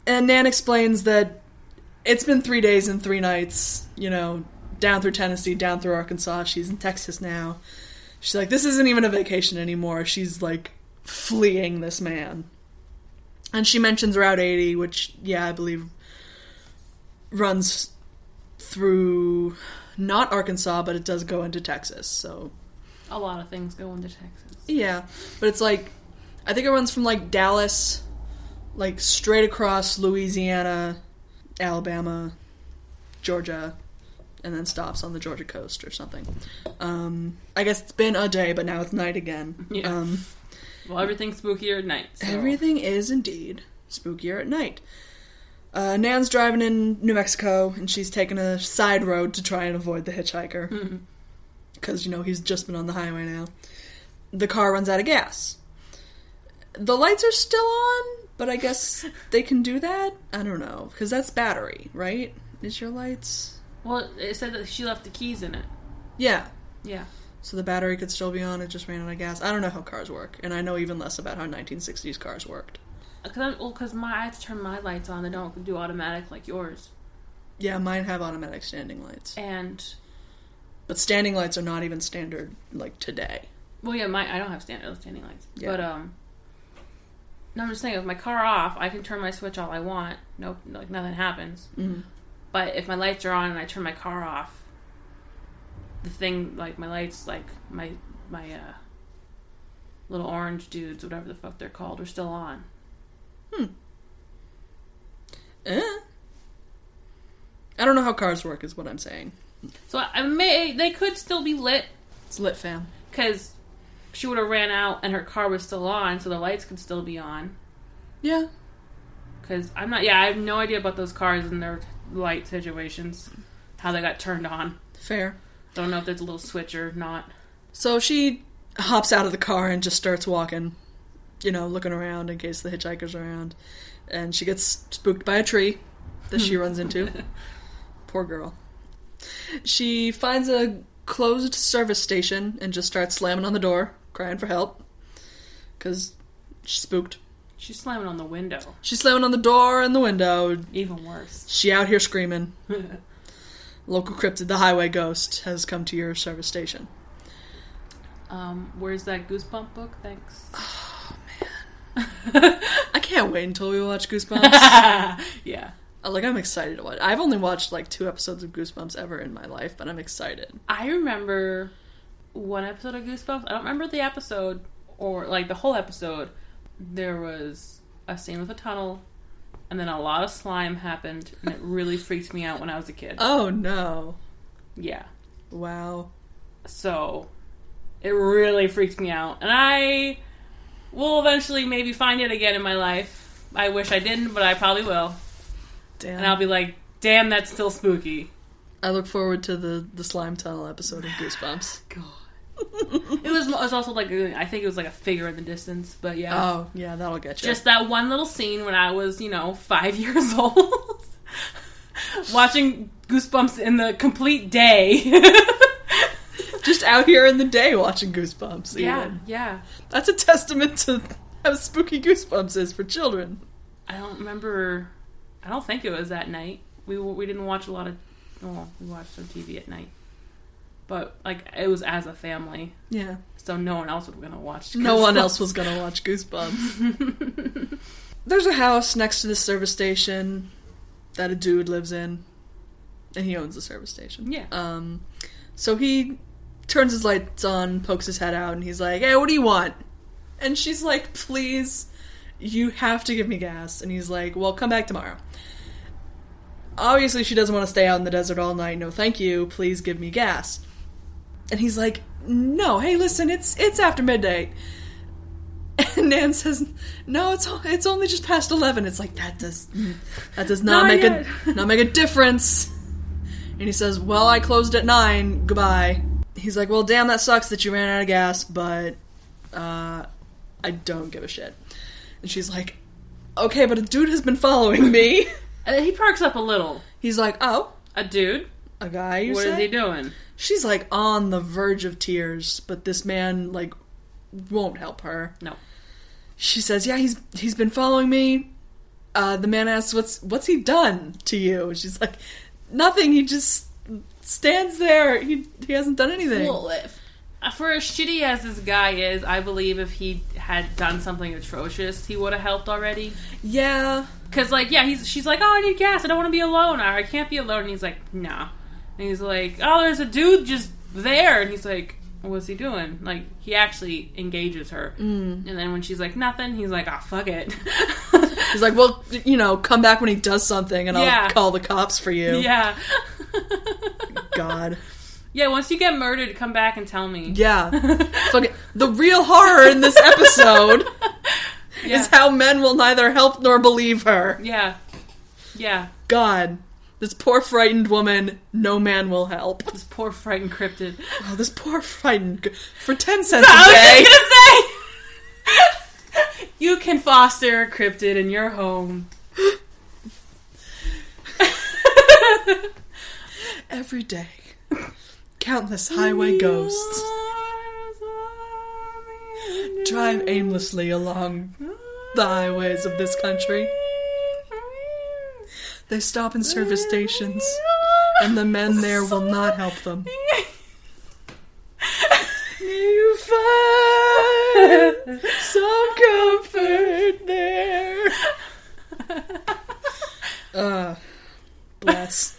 and Nan explains that it's been three days and three nights, you know, down through Tennessee, down through Arkansas. She's in Texas now. She's like, this isn't even a vacation anymore. She's like fleeing this man. And she mentions Route 80, which, yeah, I believe runs through not Arkansas, but it does go into Texas. So A lot of things go into Texas. yeah, but it's like I think it runs from like Dallas, like straight across Louisiana, Alabama, Georgia, and then stops on the Georgia coast or something. Um, I guess it's been a day, but now it's night again. Yeah. Um, Well, everything's spookier at night. so- Everything is indeed spookier at night. Uh, Nan's driving in New Mexico, and she's taking a side road to try and avoid the hitchhiker because you know he's just been on the highway now. The car runs out of gas. The lights are still on, but I guess they can do that. I don't know because that's battery, right? Is your lights? Well, it said that she left the keys in it. Yeah. Yeah. So the battery could still be on. It just ran out of gas. I don't know how cars work, and I know even less about how 1960s cars worked. Uh, Cause I'm, well, cause my I have to turn my lights on. They don't do automatic like yours. Yeah, mine have automatic standing lights. And But standing lights are not even standard like today. well, yeah, my I don't have standard standing lights. Yeah. But um, no, I'm just saying, with my car off, I can turn my switch all I want. Nope, like nothing happens. Mhm. But if my lights are on and I turn my car off, the thing like my lights, like my my uh, little orange dudes, whatever the fuck they're called, are still on. Eh. I don't know how cars work is what I'm saying. So I, I may they could still be lit It's lit fam. because she would have ran out and her car was still on, so the lights could still be on. Yeah. Because I'm not, yeah, I have no idea about those cars and their light situations, how they got turned on. Fair. Don't know if there's a little switch or not. So she hops out of the car and just starts walking, you know, looking around in case the hitchhiker's around. And she gets spooked by a tree that she runs into. Poor girl. She finds a closed service station and just starts slamming on the door, crying for help. Because she's spooked. She's slamming on the window. She's slamming on the door and the window. Even worse. She out here screaming. Local cryptid, the highway ghost, has come to your service station. Um, where's that Goosebump book? Thanks. I can't wait until we watch Goosebumps. Uh, yeah. like I'm excited to watch. I've only watched like two episodes of Goosebumps ever in my life, but I'm excited. I remember one episode of Goosebumps. I don't remember the episode or like the whole episode. There was a scene with a tunnel, and then a lot of slime happened, and it really freaked me out when I was a kid. Oh no! Yeah. Wow. So it really freaked me out. And I will eventually maybe find it again in my life. I wish I didn't, but I probably will. Damn. And I'll be like, damn, that's still spooky. I look forward to the the slime tunnel episode of Goosebumps. God. it, was, it was also like, a- I think it was like a figure in the distance, but yeah. Oh yeah, that'll get you. Just that one little scene when I was, you know, five years old. Watching Goosebumps in the complete day. Just out here in the day watching Goosebumps. yeah, even. yeah. that's a testament to how spooky Goosebumps is for children. I don't remember. I don't think it was that night. We w- we didn't watch a lot of. Well, we watched some TV at night. But like it was as a family, Yeah. so no one else was gonna watch. No one Goosebumps. else was gonna watch Goosebumps. There's a house next to this service station that a dude lives in, and he owns the service station. Yeah. Um, so he turns his lights on, pokes his head out, and he's like, "Hey, what do you want?" And she's like, "Please, you have to give me gas." And he's like, "Well, come back tomorrow." Obviously, she doesn't want to stay out in the desert all night. No, thank you. Please give me gas. And he's like, "No, hey, listen, it's it's after midnight." And Nan says, "No, it's o- it's only just past 11. It's like that does that does not, Not make a yet. not make a difference." And he says, "Well, I closed at nine. Goodbye." He's like, "Well, damn, that sucks that you ran out of gas, but uh, I don't give a shit." And she's like, "Okay, but a dude has been following me." And then he perks up a little. He's like, "Oh, A dude. a guy." What You is say? he doing? She's like on the verge of tears, but this man like won't help her. No. She says, "Yeah, he's he's been following me." Uh, the man asks, "What's what's he done to you?" And she's like, "Nothing. He just stands there. He he hasn't done anything." Well, if, for as shitty as this guy is, I believe if he had done something atrocious, he would have helped already. yeah, Cause like, yeah, he's she's like, oh, I need gas. I don't want to be alone. Or I can't be alone. And he's like, nah. And he's like, oh, there's a dude just there. And he's like, what's he doing? Like, he actually engages her. Mm. And then when she's like, nothing, he's like, ah, fuck it. he's like, "Well, you know, come back when he does something, and Yeah. I'll call the cops for you." yeah, God, yeah. Once you get murdered, come back and tell me. yeah. Fucking the real horror in this episode Yeah. is how men will neither help nor believe her. yeah, yeah. God, this poor frightened woman, no man will help. This poor frightened cryptid. Oh, this poor frightened g- for ten cents a I day. was just gonna say, you can foster a cryptid in your home. Every day, countless highway ghosts drive aimlessly along the highways of this country. They stop in service stations, and the men there will not help them. You find some comfort there. Uh, bless.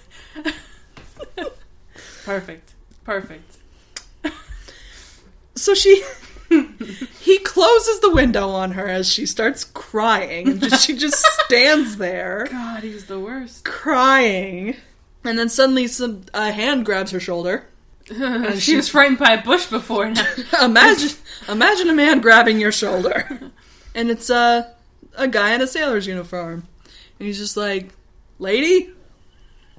Perfect. Perfect. So she he closes the window on her as she starts crying. Just, she just stands there God, he's the worst. crying. And then suddenly some a hand grabs her shoulder. she was frightened by a bush before now. Imagine imagine a man grabbing your shoulder. And it's a a guy in a sailor's uniform. And he's just like, "Lady?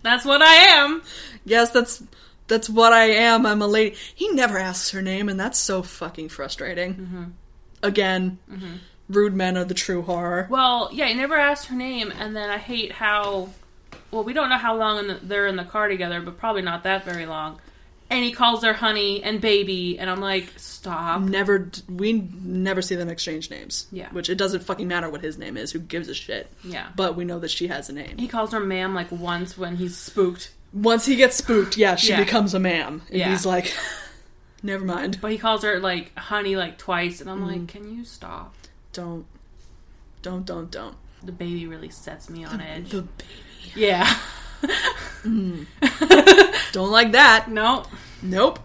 That's what I am. Yes, that's that's what I am. I'm a lady." He never asks her name, and that's so fucking frustrating. Again, rude men are the true horror. Well, yeah, he never asked her name, and then I hate how. Well, we don't know how long in the, they're in the car together, but probably not that very long. And he calls her honey and baby, and I'm like, stop. never d- we never see them exchange names. Yeah. Which it doesn't fucking matter what his name is. Who gives a shit? Yeah. But we know that she has a name. He calls her ma'am like once when he's spooked, Once he gets spooked, yeah, she Yeah. becomes a ma'am. And Yeah. he's like, never mind. but he calls her like honey like twice, and I'm like, can you stop? Don't, don't, don't, don't. The baby really sets me on edge. The- yeah. don't like that. No. Nope.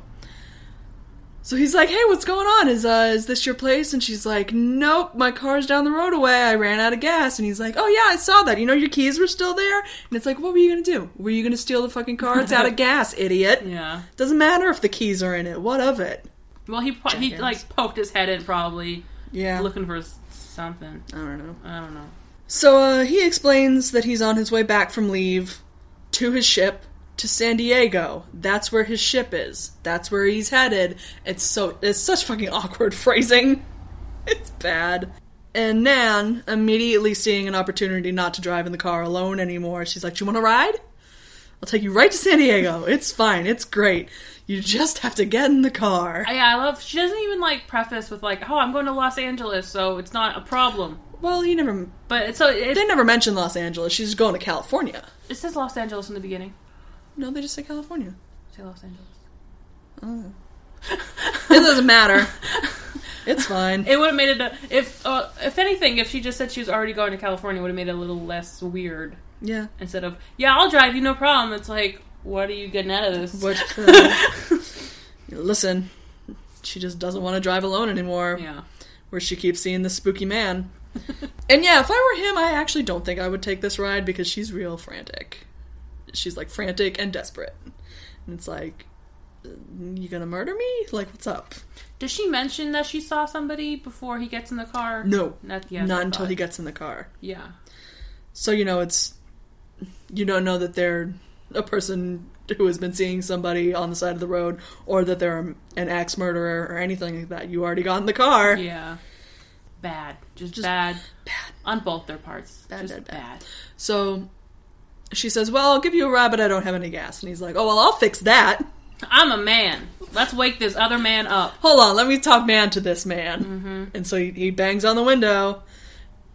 So he's like, "Hey, what's going on? Is uh, is this your place?" And she's like, "Nope, my car's down the road away. I ran out of gas." And he's like, "Oh yeah, I saw that. You know, your keys were still there." And it's like, "What were you gonna do? Were you gonna steal the fucking car? It's out of gas, idiot." Yeah. Doesn't matter if the keys are in it. What of it? Well, he po- he Jackass. like poked his head in probably Yeah. looking for s- something. I don't know. I don't know. So uh, he explains that he's on his way back from leave to his ship to San Diego. That's where his ship is. That's where he's headed. It's so it's such fucking awkward phrasing. It's bad. And Nan, immediately seeing an opportunity not to drive in the car alone anymore, she's like, "You want to ride? I'll take you right to San Diego. It's fine. It's great. You just have to get in the car." Yeah, I love. She doesn't even like preface with like, "Oh, I'm going to Los Angeles, so it's not a problem." Well, you never But it's, so it, They never mention Los Angeles. She's going to California. it says Los Angeles in the beginning. No, they just say California. Say Los Angeles. "Mm." it doesn't matter. It's fine. It would have made it a, if uh, if anything, if she just said she was already going to California, would have made it a little less weird Yeah. instead of yeah, I'll drive you, no problem. It's like, what are you getting out of this? But uh, listen, she just doesn't want to drive alone anymore. yeah, Where she keeps seeing this spooky man. and yeah, if I were him, I actually don't think I would take this ride because she's real frantic. She's like frantic and desperate, and it's like, "Uh, you gonna murder me? Like, what's up? does she mention that she saw somebody before he gets in the car? No, not yeah, not I until thought. he gets in the car. Yeah, So you know it's you don't know that they're a person who has been seeing somebody on the side of the road or that they're an axe murderer or anything like that. You already got in the car. yeah, bad, just, Just bad, bad. on both their parts, Bad, just bad, bad. bad. So she says, "Well, I'll give you a ride, but I don't have any gas." And he's like, "Oh, well, I'll fix that. I'm a man. Let's wake this other man up. Hold on, let me talk man to this man." Mm-hmm. And so he, he bangs on the window,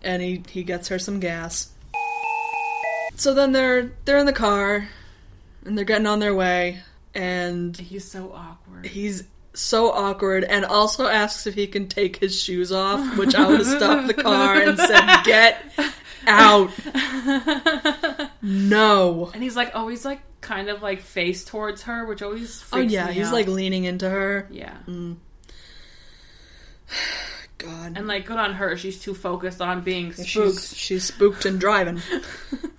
and he he gets her some gas. So then they're they're in the car, and they're getting on their way, and He's so awkward. He's so awkward and also asks if he can take his shoes off, which I would have stopped the car and said, Get out. No. And he's like always like kind of like face towards her, which always Oh, freaks yeah. me He's out. like leaning into her. yeah. God. And like, good on her. She's too focused on being spooked. She's, she's spooked and driving.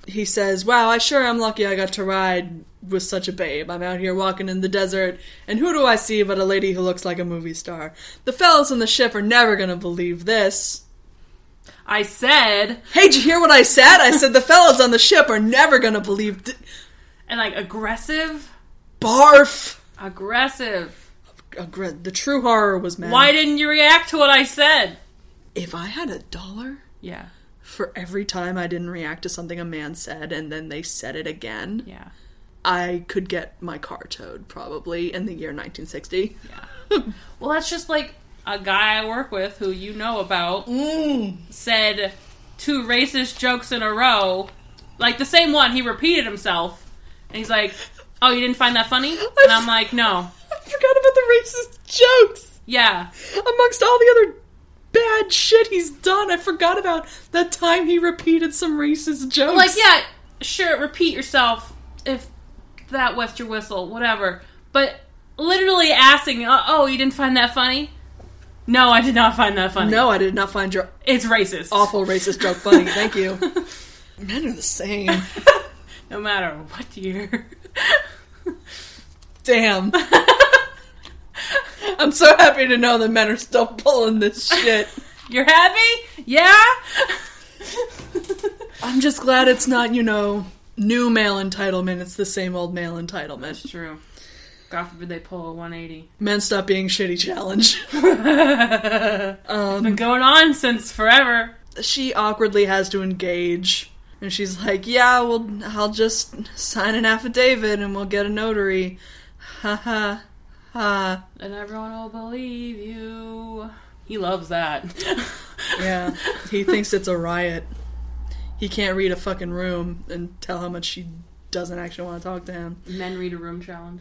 he says, Wow, I sure am lucky I got to ride with such a babe. I'm out here walking in the desert, and who do I see but a lady who looks like a movie star? The fellows on the ship are never going to believe this. I said, Hey, did you hear what I said? I said the fellows on the ship are never going to believe. Th- and like aggressive, barf. aggressive. Aggra- The true horror was man. Why didn't you react to what I said? if I had a dollar Yeah, for every time I didn't react to something a man said and then they said it again, yeah, I could get my car towed probably in the year 1960. yeah. well, that's just like a guy I work with who you know about said two racist jokes in a row, like the same one. He repeated himself, and he's like, "Oh, you didn't find that funny?" And I'm like, "No, I forgot about the racist jokes yeah." amongst all the other bad shit he's done. I forgot about that time he repeated some racist jokes. like yeah sure repeat yourself if that wets your whistle whatever but literally asking uh, oh you didn't find that funny no i did not find that funny No, I did not find your it's racist awful racist joke funny. Thank you. Men are the same. no matter what year Damn. I'm so happy to know that men are still pulling this shit. you're happy yeah I'm just glad it's not, you know, new male entitlement. It's the same old male entitlement. true god forbid they pull a 180 Men stop being shitty challenge. been going on since forever she awkwardly has to engage. And she's like, yeah, well, I'll just sign an affidavit and we'll get a notary. Ha ha ha. and everyone will believe you he loves that Yeah, he thinks it's a riot. He can't read a fucking room and tell how much she doesn't actually want to talk to him. men read a room challenge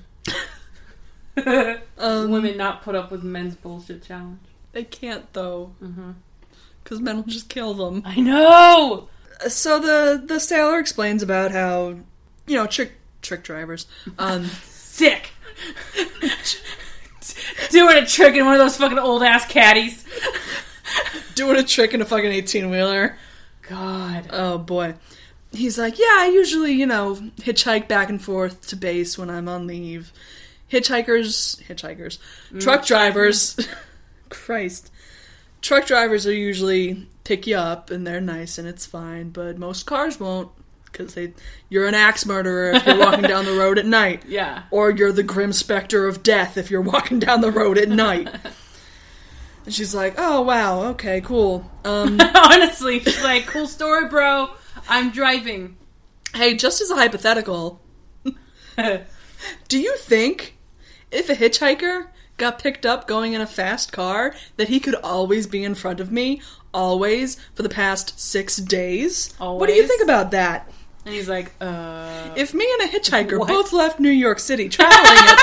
Um, women not put up with men's bullshit challenge They can't though, because men will just kill them. I know. So the the sailor explains about how, you know, trick trick drivers. Um, Sick. Doing a trick in one of those fucking old ass caddies. doing a trick in a fucking eighteen wheeler. God. Oh boy. He's like, yeah, I usually, you know, hitchhike back and forth to base when I'm on leave. Hitchhikers, hitchhikers, truck drivers, Christ. Truck drivers will usually pick you up and they're nice and it's fine, but most cars won't because they, you're an axe murderer if you're walking down the road at night. Yeah. Or you're the grim specter of death if you're walking down the road at night. and she's like, oh, wow, okay, cool. Um, Honestly, she's like, cool story, bro. I'm driving. Hey, just as a hypothetical, do you think if a hitchhiker got picked up going in a fast car that he could always be in front of me, always for the past six days? What do you Always? think about that? And he's like, uh. If me and a hitchhiker What? both left New York City traveling at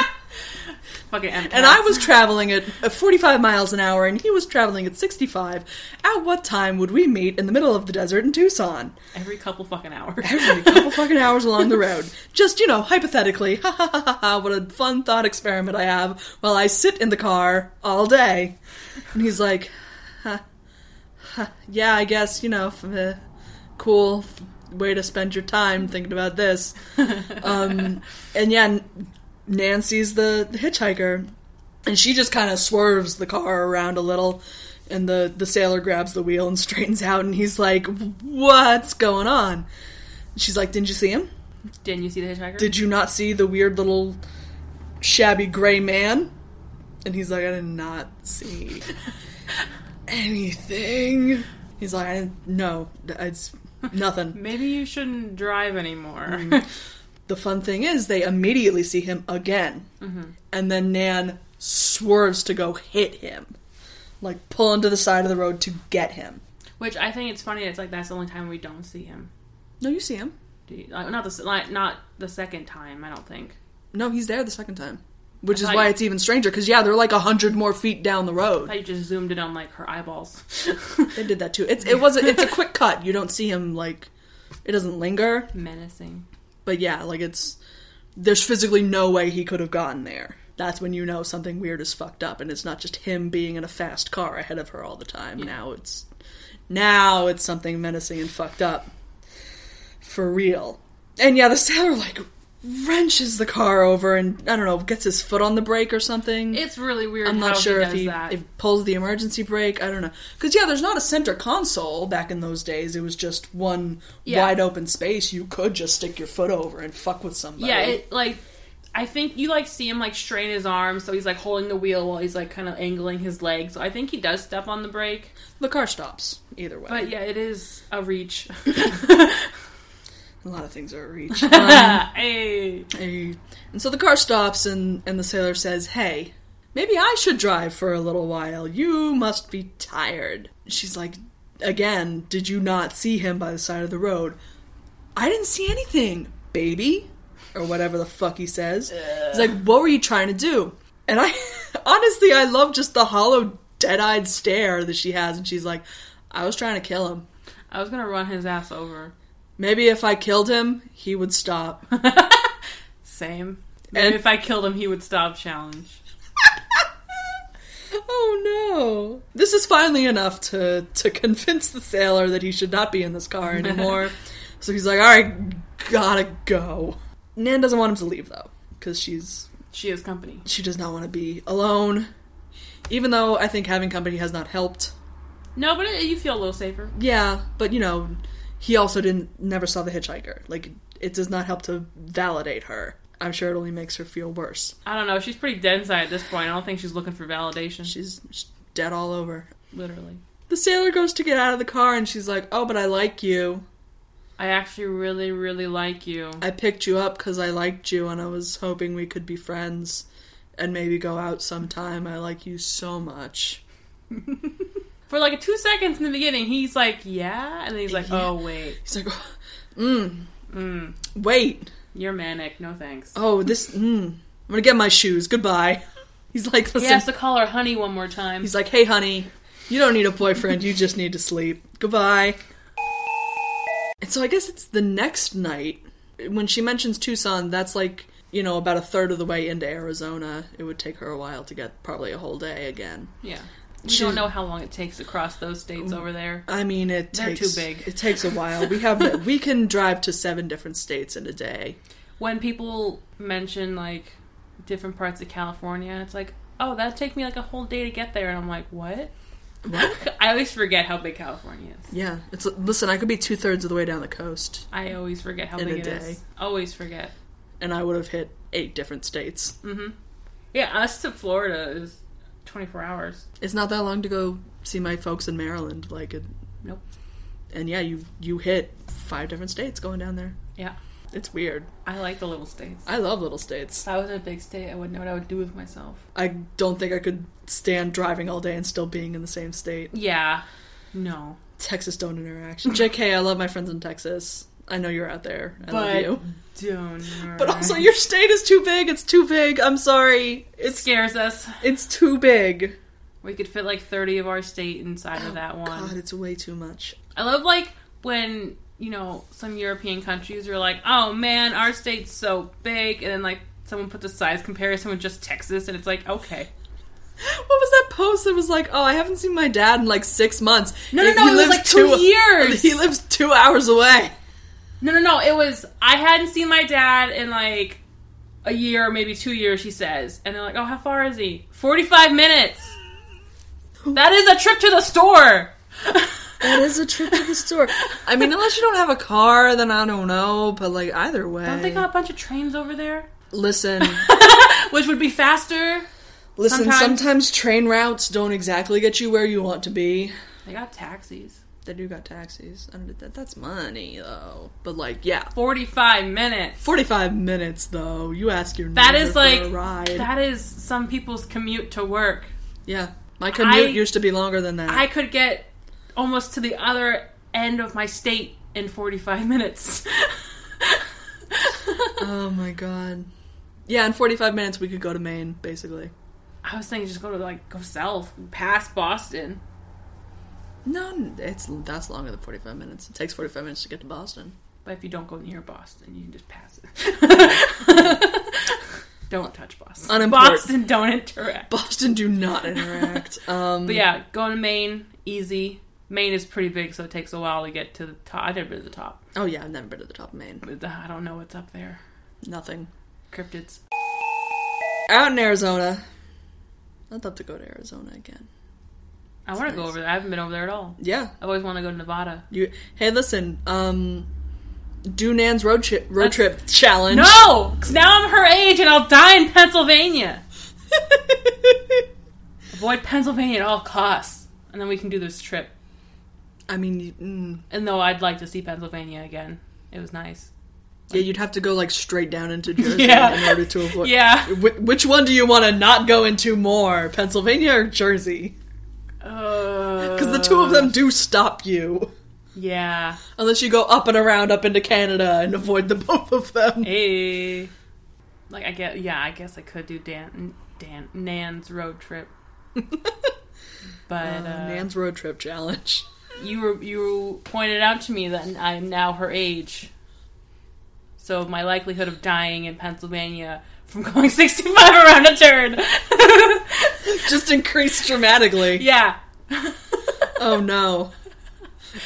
Fucking empath. And I was traveling at uh, 45 miles an hour, and he was traveling at 65. At what time would we meet in the middle of the desert in Tucson? every couple fucking hours. Every couple fucking hours along the road. Just, you know, hypothetically. Ha ha ha ha ha. What a fun thought experiment I have while I sit in the car all day. And he's like, huh, huh, yeah, I guess, you know, f- uh, cool f- way to spend your time thinking about this. Um, and yeah, N- Nancy's the, the hitchhiker. And she just kind of swerves the car around a little. And the, the sailor grabs the wheel and straightens out. And he's like, what's going on? She's like, didn't you see him? Didn't you see the hitchhiker? Did you not see the weird little shabby gray man? And he's like, I did not see anything. He's like, I, no, it's nothing. Maybe you shouldn't drive anymore. Mm. The fun thing is, they immediately see him again. And then Nan swerves to go hit him, like pulling to the side of the road to get him. Which I think it's funny. It's like that's the only time we don't see him. No, you see him. Do you- like, not the s- like, not the second time. I don't think. No, he's there the second time. Which is thought why you- it's even stranger, because yeah, they're like a hundred more feet down the road. I just zoomed in on like her eyeballs. They did that too. It's it was a, it's a quick cut. You don't see him like it doesn't linger, Menacing. but yeah, like it's there's physically no way he could have gotten there. That's when you know something weird is fucked up and it's not just him being in a fast car ahead of her all the time. Now it's now it's something menacing and fucked up. For real. And yeah, the sailor like wrenches the car over and I don't know, gets his foot on the brake or something. It's really weird. I'm not how sure he if does he that. if pulls the emergency brake. I don't know. Because, yeah, there's not a center console back in those days. It was just one Yeah. wide open space. You could just stick your foot over and fuck with somebody. yeah, it like. I think you like see him like strain his arm, so he's like holding the wheel while he's like kind of angling his leg. So I think he does step on the brake, the car stops either way. but yeah, it is a reach. A lot of things are a reach. Um, hey, a- and so the car stops, and, and the sailor says, Hey, maybe I should drive for a little while. You must be tired. She's like, Again, did you not see him by the side of the road? I didn't see anything, baby. Or whatever the fuck he says. He's like, What were you trying to do? And I honestly, I love just the hollow, dead eyed stare that she has. And she's like, I was trying to kill him. I was gonna run his ass over. Maybe if I killed him, he would stop. Same. Maybe And- if I killed him, he would stop challenge. Oh no. This is finally enough to to convince the sailor that he should not be in this car anymore. so he's like, "All right, gotta go." Nan doesn't want him to leave though, cuz she's She has company. she does not want to be alone. Even though I think having company has not helped. No, but it, you feel a little safer. Yeah, but you know, he also didn't never saw the hitchhiker. Like it does not help to validate her. I'm sure it only makes her feel worse. I don't know. She's pretty dead inside at this point. I don't think she's looking for validation. She's, she's dead all over. Literally. The sailor goes to get out of the car and she's like, "Oh, but I like you." I actually really, really like you. I picked you up because I liked you and I was hoping we could be friends and maybe go out sometime. I like you so much. For like two seconds in the beginning, he's like, yeah. And then he's like, oh, wait. He's like, oh, mm, Mm, wait. you're manic. No thanks. Oh, this, mm, I'm going to get my shoes. Goodbye. He's like, he listen. has to call her honey one more time. He's like, hey, honey, you don't need a boyfriend. You just need to sleep. Goodbye. And so I guess it's the next night. When she mentions Tucson, that's like, you know, about a third of the way into Arizona. It would take her a while to get probably a whole day again. yeah. We She's- don't know how long it takes to cross those states over there. I mean, it They're takes too big. It takes a while. We have we can drive to seven different states in a day. When people mention like different parts of California, it's like, oh, that'd take me like a whole day to get there. And I'm like, what? I always forget how big California is. Yeah, it's listen. I could be two thirds of the way down the coast, I always forget how In big a it is. day. Always forget. and I would have hit eight different states. Yeah, us to Florida is 24 hours. It's not that long to go see my folks in Maryland. Like, it, Nope. and yeah, you you hit five different states going down there. Yeah. It's weird. I like the little states. I love little states. If I was in a big state, I wouldn't know what I would do with myself. I don't think I could stand driving all day and still being in the same state. Yeah. No. Texas don't interaction. JK, I love my friends in Texas. I know you're out there. I love but you. don't. But also, your state is too big. It's too big. I'm sorry. it It's scares us. it's too big. We could fit like thirty of our state inside of that one. Oh, God, it's way too much. I love like when you know some European countries are like, "Oh man, our state's so big," and then like someone puts a size comparison with just Texas, and it's like, okay, What was that post that was like, oh, I haven't seen my dad in like six months? No, no, He- no, he it was lives like two years. He lives two hours away. no, no, no, it was I hadn't seen my dad in like a year or maybe two years. She says, and they're like, "Oh, how far is he? Forty-five minutes. That is a trip to the store." That is a trip to the store. I mean, unless you don't have a car, then I don't know. But like, either way, Don't they got a bunch of trains over there? listen, Which would be faster. listen. Sometimes. Sometimes- train routes don't exactly get you where you want to be. They got taxis. They do got taxis. And that, that's money though. But like, yeah, 45 minutes. forty-five minutes though. You ask your That neighbor is for like a ride. that is some people's commute to work. yeah. My commute I- used to be longer than that. I could get almost to the other end of my state in 45 minutes. Oh my god. Yeah, in 45 minutes we could go to Maine, basically. I was thinking just go to like go south past Boston. No, it's that's longer than 45 minutes. It takes 45 minutes to get to Boston. But if you don't go near Boston, you can just pass it. don't touch Boston. Unimportant. Boston don't interact. Boston do not interact. um But yeah, going to Maine, easy. Maine is pretty big, so it takes a while to get to the top. I've never been to the top. Oh yeah, I've never been to the top of Maine. But I don't know what's up there. Nothing. Cryptids. Out in Arizona. I'd love to go to Arizona again. I want to go nice. over there. I haven't been over there at all. Yeah. I've always wanted to go to Nevada. You Hey, listen. Um do Nan's road trip road That's- trip challenge. No! 'Cause now I'm her age and I'll die in Pennsylvania. Avoid Pennsylvania at all costs. And then we can do this trip. I mean, you- mm, And though I'd like to see Pennsylvania again, it was nice. yeah, you'd have to go like straight down into Jersey Yeah. in order to avoid Yeah. Wh- which one do you want to not go into more, Pennsylvania or Jersey? Because Uh, Because the two of them do stop you. Yeah. Unless you go up and around up into Canada and avoid the both of them. Hey. Eh. Like, I get, yeah, I guess I could do Dan, Dan, Nan's road trip. Uh, But, uh, Oh, Nan's road trip challenge. you were you pointed out to me that I'm now her age. So my likelihood of dying in Pennsylvania from going 65 around a turn. Just increased dramatically. yeah. Oh no.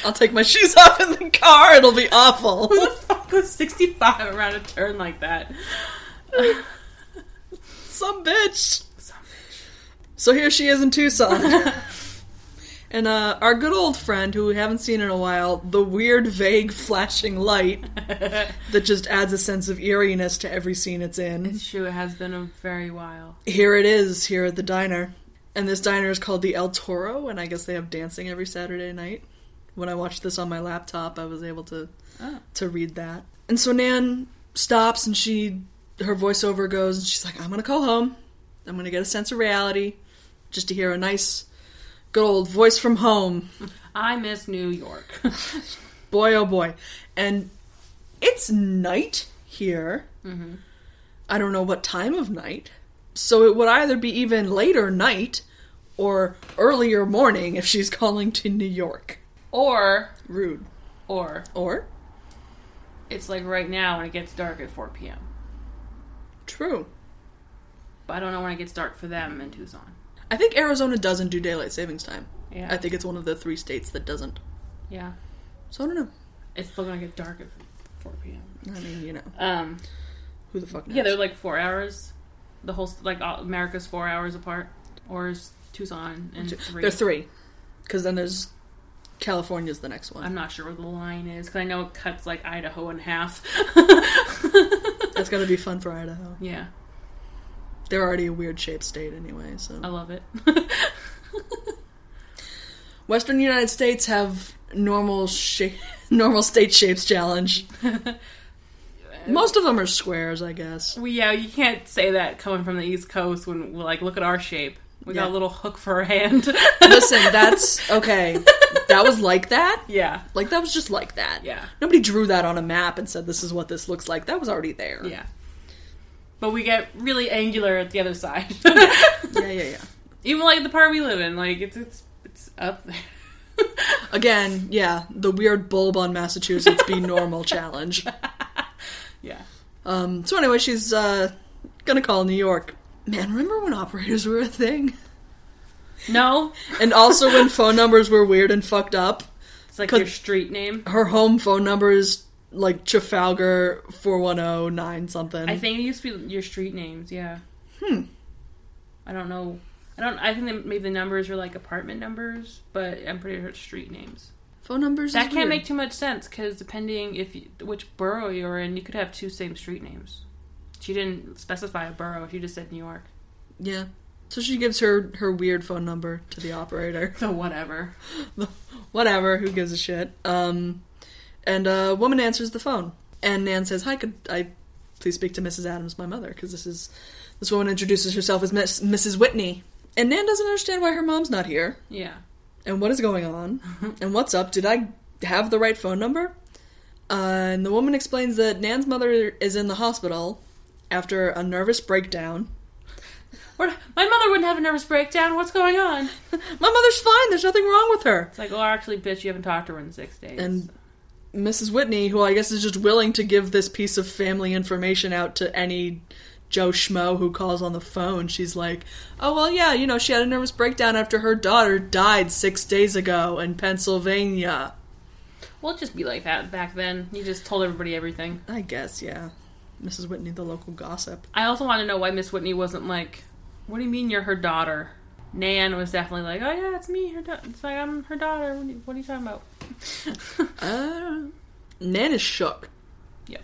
I'll take my shoes off in the car. It'll be awful. Who the fuck goes 65 around a turn like that? Some bitch. Some So here she is in Tucson. and uh, our good old friend, who we haven't seen in a while, the weird, vague, flashing light that just adds a sense of eeriness to every scene it's in. Sure, it has been a very while. Here it is, here at the diner. And this diner is called the El Toro, and I guess they have dancing every Saturday night. When I watched this on my laptop, I was able to Oh. to read that. And so Nan stops and she her voiceover goes and she's like, I'm gonna call home. I'm gonna get a sense of reality just to hear a nice good old voice from home. I miss New York. Boy oh boy. And it's night here. Mm-hmm. I don't know what time of night. So it would either be even later night or earlier morning if she's calling to New York. or, Rude. or, Or it's like right now when it gets dark at 4 p.m. true. But I don't know when it gets dark for them in Tucson. I think Arizona doesn't do daylight savings time. Yeah. I think it's one of the three states that doesn't. Yeah. So I don't know. It's still gonna get dark at 4 p.m. I mean, you know, Um, who the fuck knows? yeah, they're like four hours. The whole like all- America's four hours apart, or is Tucson and 3 They're three. Because then there's California's the next one. I'm not sure where the line is because I know it cuts like Idaho in half. That's going to be fun for Idaho. yeah, They're already a weird shaped state anyway, so. I love it. Western United States have normal sh- normal state shapes challenge. Most of them are squares, I guess. well, yeah, you can't say that coming from the East Coast when like look at our shape. We Yeah. got a little hook for a hand. Listen, that's okay. that was like that. Yeah. Like that was just like that. Yeah. Nobody drew that on a map and said this is what this looks like. That was already there. Yeah. But we get really angular at the other side. Yeah, yeah, yeah. Even like the part we live in, like it's it's it's up there. Again, yeah, the weird bulb on Massachusetts be normal challenge. yeah. Um, so anyway, she's uh, gonna call New York. Man, remember when operators were a thing? No. And also when phone numbers were weird and fucked up. It's like Could- your street name. Her home phone number is like Trafalgar four one zero nine something. I think it used to be your street names, yeah. Hmm. I don't know. I don't I think that maybe the numbers are like apartment numbers, but I'm pretty sure it's street names. phone numbers. That is can't weird. make too much sense cuz depending if you, which borough you're in, you could have two same street names. She didn't specify a borough. She just said New York. Yeah. So she gives her her weird phone number to the operator. So whatever. Whatever, who gives a shit? Um, and a woman answers the phone, and Nan says, "Hi, could I please speak to Mrs. Adams, my mother? Because this is this woman introduces herself as Miss, Mrs. Whitney." And Nan doesn't understand why her mom's not here, Yeah. and what is going on, and what's up. Did I have the right phone number? Uh, and the woman explains that Nan's mother is in the hospital after a nervous breakdown. What- My mother wouldn't have a nervous breakdown. What's going on? My mother's fine. There's nothing wrong with her. It's like, oh, actually, bitch, you haven't talked to her in six days. And Mrs. Whitney, who I guess is just willing to give this piece of family information out to any Joe Schmo who calls on the phone, she's like, oh, well, yeah, you know, she had a nervous breakdown after her daughter died six days ago in Pennsylvania. we'll just be like that back then. You just told everybody everything. I guess, yeah. Mrs. Whitney, the local gossip. I also want to know why Miss Whitney wasn't like, what do you mean you're her daughter? Nan was definitely like, oh yeah, it's me, her daughter. It's like I'm her daughter. What are you, what are you talking about? Uh, Nan is shook, yep.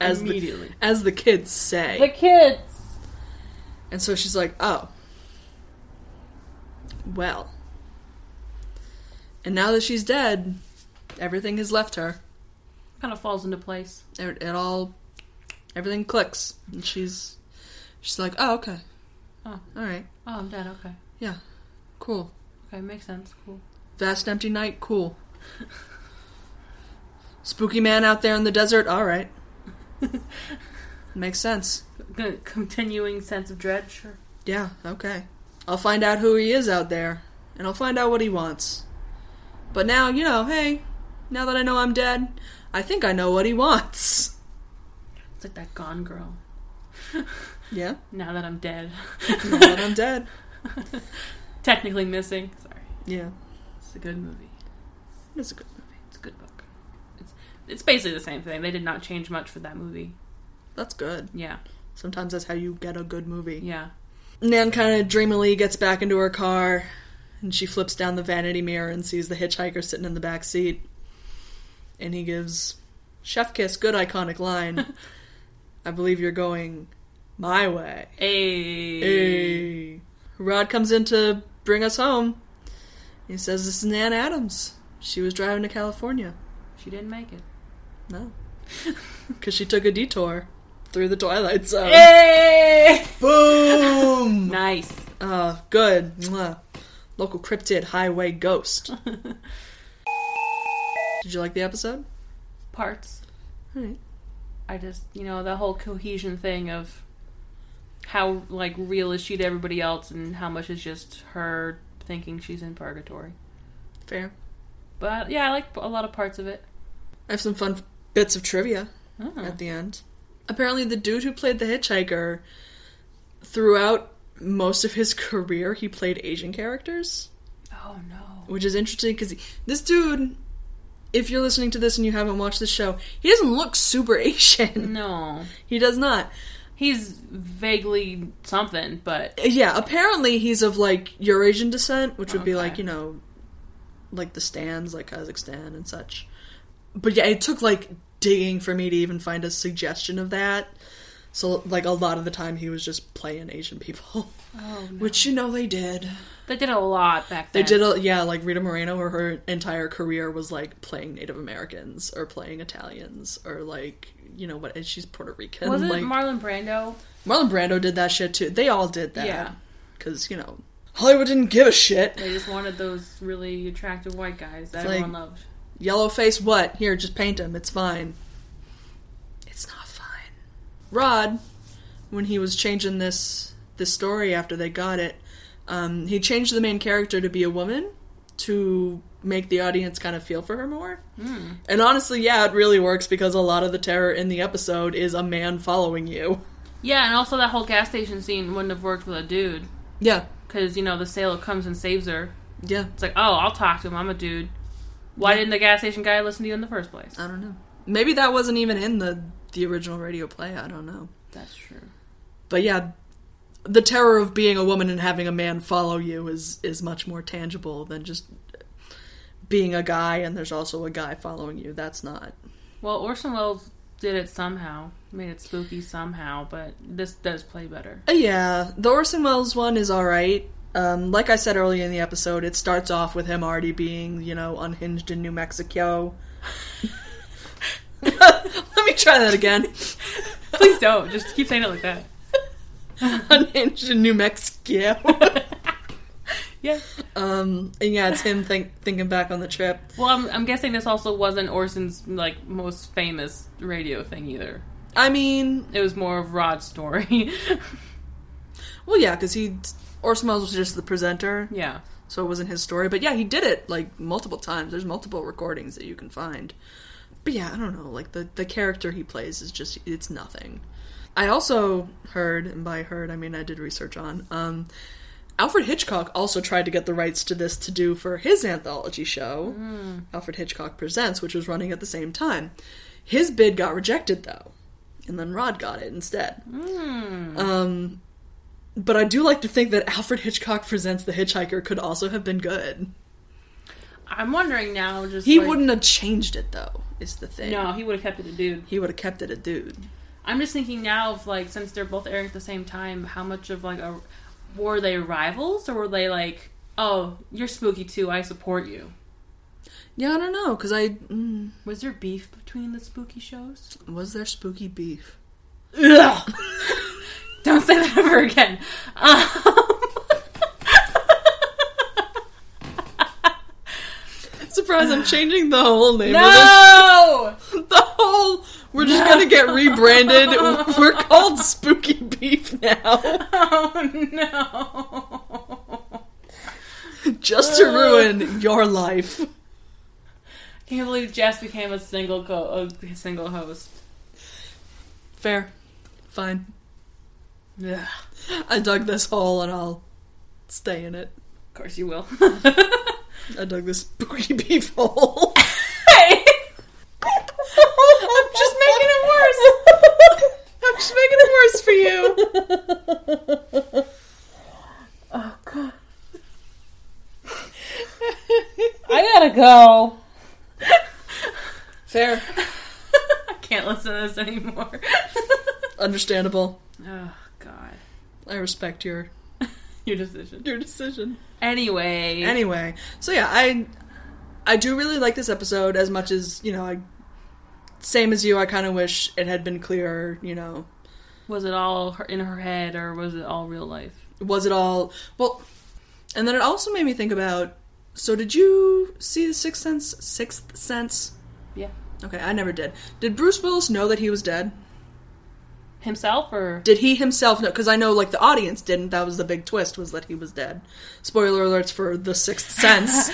as the, Immediately. as the kids say. The kids. And so she's like, oh. Well. And now that she's dead, everything has left her. Kind of falls into place. It, it all, everything clicks. And she's, she's like, oh, okay. Oh. All right. Oh, I'm dead. Okay. Yeah. Cool. Okay, makes sense. Cool. Vast empty night. Cool. Spooky man out there in the desert. All right. Makes sense. Gonna- Continuing sense of dread. Sure. Yeah, okay. I'll find out who he is out there, and I'll find out what he wants. But now, you know, hey, now that I know I'm dead, I think I know what he wants. It's like that Gone Girl. Yeah, Now that I'm dead, now that I'm dead. technically missing. Sorry. Yeah, It's a good movie. it's a good. It's a good book. It's it's basically the same thing. They did not change much for that movie. That's good. Yeah, Sometimes that's how you get a good movie. yeah. Nan kind of dreamily gets back into her car, and she flips down the vanity mirror and sees the hitchhiker sitting in the back seat. And he gives Chef Kiss, good iconic line. I believe you're going my way. Hey. Hey. Rod comes in to bring us home. He says, This is Nan Adams. She was driving to California. she didn't make it. No. Because she took a detour through the Twilight Zone. Hey, Boom! nice. Uh, good. Mwah. Local cryptid, highway ghost. Did you like the episode? Parts. Alright. I just you know the whole cohesion thing of how like real is she to everybody else, and how much is just her thinking she's in purgatory. Fair. But yeah, I like a lot of parts of it. I have some fun bits of trivia. Oh. at the end. Apparently, the dude who played the hitchhiker, throughout most of his career, he played Asian characters, oh no. which is interesting because this dude, if you're listening to this and you haven't watched the show, he doesn't look super Mm. Asian. No. He does not. He's vaguely something, but Yeah, apparently he's of like Eurasian descent, which would be like, Okay. you know, like the stands, like Kazakhstan and such. But yeah, it took like digging for me to even find a suggestion of that. So like a lot of the time he was just playing Asian people, oh no. which you know they did. They did a lot back They then. did a yeah, like Rita Moreno her, her entire career was like playing Native Americans or playing Italians or like, you know what, and she's Puerto Rican. Was it like Marlon Brando? Marlon Brando did that shit too. They all did that. Yeah. Because, you know, Hollywood didn't give a shit. They just wanted those really attractive white guys that It's everyone like- loved. Yellow face, what? Here, just paint him. It's fine. It's not fine. Rod, when he was changing this this story after they got it, um, he changed the main character to be a woman to make the audience kind of feel for her more. And honestly, yeah, it really works because a lot of the terror in the episode is a man following you. Yeah, and also that whole gas station scene wouldn't have worked with a dude Yeah, because you know the sailor comes and saves her. yeah. It's like, oh, I'll talk to him. I'm a dude. Why didn't the gas station guy listen to you in the first place? I don't know. Maybe that wasn't even in the the original radio play. I don't know. That's true. But yeah, the terror of being a woman and having a man follow you is is much more tangible than just being a guy and there's also a guy following you. That's not. Well, Orson Welles did it somehow, made it spooky somehow, but this does play better. Uh, yeah, the Orson Welles one is all right. Um, like I said earlier in the episode, it starts off with him already being, you know, unhinged in New Mexico. Let me try that again. Please don't. Just keep saying it like that. unhinged in New Mexico. Yeah. Um, and yeah, it's him think, thinking back on the trip. Well, I'm, I'm guessing this also wasn't Orson's like most famous radio thing either. I mean, It was more of Rod's story. well, yeah, because he Orson Welles was just the presenter, yeah. so it wasn't his story. But yeah, he did it like multiple times. There's multiple recordings that you can find. But yeah, I don't know. Like the the character he plays is just it's nothing. I also heard, and by heard I mean I did research on. Um, Alfred Hitchcock also tried to get the rights to this to do for his anthology show, Alfred Hitchcock Presents, which was running at the same time. His bid got rejected though, and then Rod got it instead. Um, but I do like to think that Alfred Hitchcock Presents The Hitchhiker could also have been good. I'm wondering now. Just He like- wouldn't have changed it though, is the thing. No, he would have kept it a dude. He would have kept it a dude. I'm just thinking now of like since they're both airing at the same time, how much of like a were they rivals or were they like, oh, you're spooky too, I support you. Yeah, I don't know, because I. Mm, Was there beef between the spooky shows? was there spooky beef? Ugh. Don't say that ever again. Um, Surprise, I'm changing the whole name no, of this. The whole. We're just going to get rebranded. We're called Spooky Beef now. oh no! Just to ruin your life. Can't believe Jess became a single co- a single host. Fair. Fine. Yeah, I dug this hole and I'll stay in it. of course you will. I dug this spooky beef hole. hey, I'm just making it worse. I'm just making it worse for you. Oh, I gotta go. Fair. I can't listen to this anymore. Understandable. oh God, I respect your your decision. your decision. Anyway, Anyway, so yeah, I I do really like this episode as much as, you know, I same as you, I kind of wish it had been clearer, you know. was it all her- in her head or was it all real life? Was it all well, and then it also made me think about so did you see the Sixth Sense? Sixth Sense? Yeah, Okay, I never did. Did Bruce Willis know that he was dead? himself or Did he himself know? Because I know, like, the audience didn't. That was the big twist, was that he was dead. Spoiler alerts for The Sixth Sense.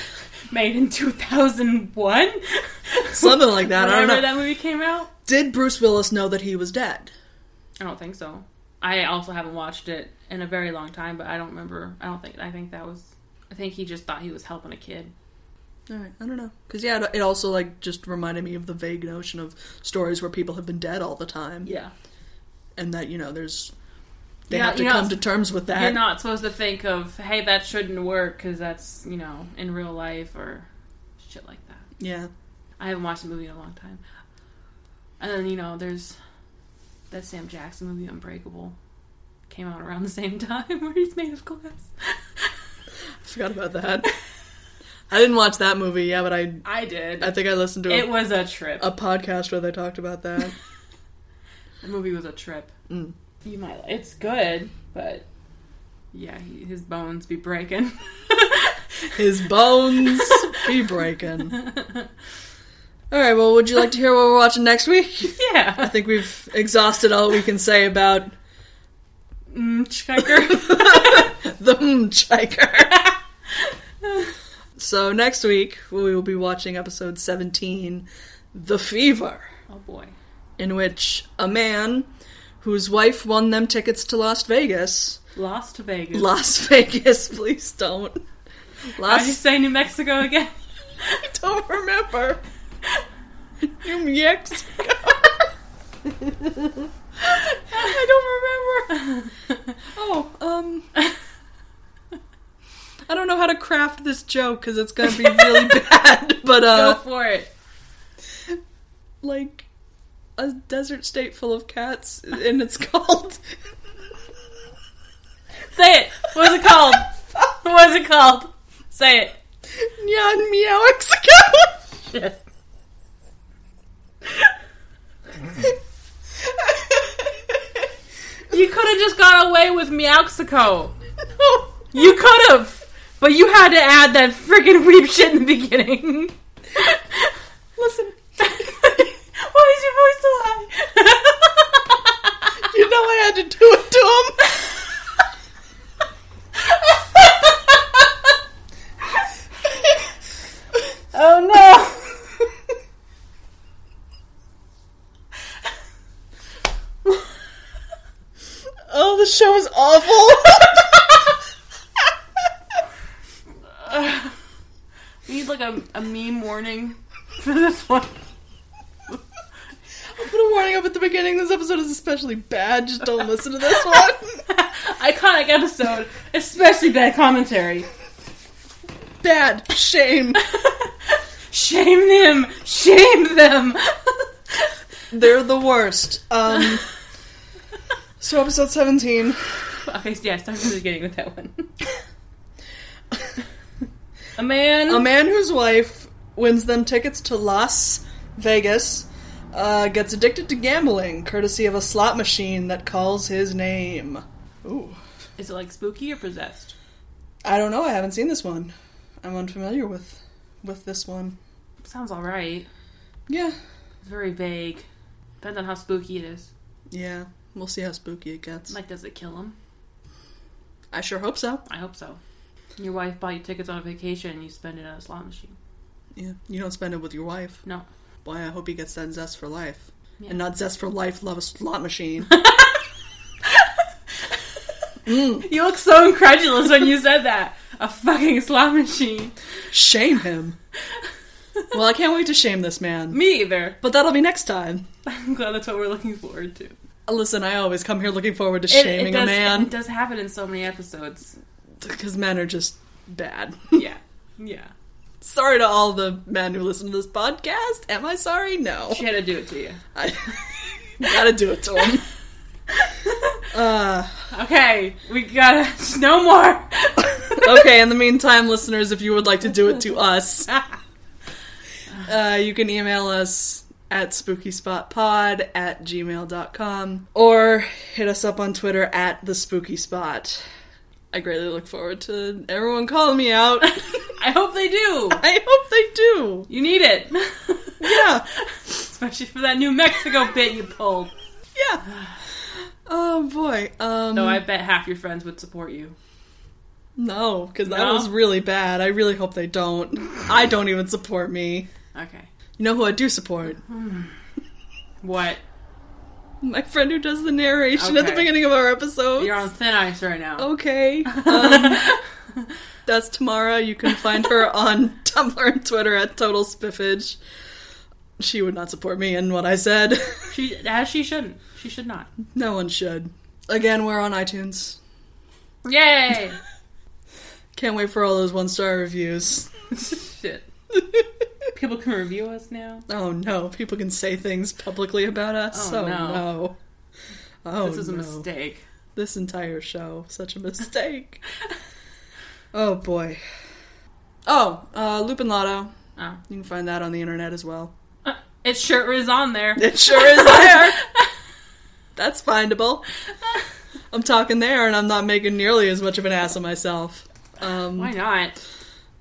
made in two thousand one. Something like that. I don't know. Whenever that movie came out. Did Bruce Willis know that he was dead? I don't think so. I also haven't watched it in a very long time, but I don't remember. I don't think. I think that was. I think he just thought he was helping a kid. All right, I don't know. Because, yeah, it- it also, like, just reminded me of the vague notion of stories where people have been dead all the time. Yeah. And that, you know, there's. They You're have not- to you're not- come to terms with that. You're not supposed to think of, hey, that shouldn't work because that's, you know, in real life or shit like that. yeah. I haven't watched the movie in a long time. And then, you know, there's that Sam Jackson movie, Unbreakable, came out around the same time where he's made of glass. Forgot about that. I didn't watch that movie, yeah, but I, I did. I think I listened to It a, was a trip. a podcast where they talked about that. The movie was a trip. Mm. You might. It's good, but yeah, he, his bones be breaking. His bones be breaking. All right, well, would you like to hear what we're watching next week? I yeah. think we've exhausted all we can say about Mm, checker. the Hmm Mchiker. so next week we will be watching episode 17, The Fever, oh boy. in which a man whose wife won them tickets to Las Vegas. Las Vegas. Las Vegas, please How don't. do you Las say New Mexico again? I don't remember. You mix. I don't remember. Oh, um. I don't know how to craft this joke because it's gonna be really bad. But Go Oh, uh, for it. like a desert state full of cats, and it's called. Say it. What's it called? What's it called? Say it. Nyan Meow Mexico. Shit. You could have just got away with Meowxico. no. You could have, but you had to add that freaking weep shit in the beginning. Listen, Why is your voice so high? you know I had to do it to him. oh Oh, the show is awful. no! We need like a, a meme warning for this one. I'll put a warning up at the beginning. This episode is especially bad. Just don't listen to this one. Iconic episode, especially bad commentary. Bad. Shame. Shame them! Shame them! They're the worst. Um. So episode seventeen. okay, so yeah, start from the beginning with that one. a man. A man whose wife wins them tickets to Las Vegas uh, gets addicted to gambling, courtesy of a slot machine that calls his name. Ooh. Is it like spooky or possessed? I don't know. I haven't seen this one. I'm unfamiliar with with this one. Sounds alright. Yeah. It's very vague. Depends on how spooky it is. Yeah. We'll see how spooky it gets. Like, does it kill him? I sure hope so. I hope so. Your wife bought you tickets on a vacation and you spend it on a slot machine. Yeah. You don't spend it with your wife. No. Boy, I hope he gets that zest for life. Yeah. And not zest for life, love a slot machine. You look so incredulous when you said that. A fucking slot machine. shame him. Well, I can't wait to shame this man. Me either. But that'll be next time. I'm glad that's what we're looking forward to. Listen, I always come here looking forward to It- shaming it does, a It man. does happen in so many episodes. Because men are just bad. Yeah. Yeah. sorry to all the men who listen to this podcast. Am I sorry? No. She had to do it to you. I gotta do it to him. Uh, Okay, we gotta. No more! okay, in the meantime, listeners, if you would like to do it to us, uh, you can email us at spookysspotpod at gmail.com or hit us up on Twitter at the spooky spot. I greatly look forward to everyone calling me out. I hope they do! I hope they do. You need it! Yeah. Especially for that New Mexico bit you pulled. Yeah. Oh boy. Um No, I bet half your friends would support you. No, because that No? was really bad. I really hope they don't. I don't even support me. Okay. You know who I do support? What? My friend who does the narration at the Okay. beginning of our episodes. You're on thin ice right now. Oh, Okay. Um, that's Tamara. You can find her on Tumblr and Twitter at Total Spiffage. She would not support me in what I said. She, as she shouldn't. She should not. no one should. Again, we're on iTunes. Yay! Can't wait for all those one star reviews. Shit. People can review us now. Oh no, people can say things publicly about us. Oh, Oh, no. no. Oh, this is a no. mistake. This entire show, such a mistake. oh boy. Oh, uh, Lupin Lotto. Oh. Uh, You can find that on the internet as well. It sure is on there. It sure is there. That's findable. I'm talking there, and I'm not making nearly as much of an ass of myself. Um, Why not?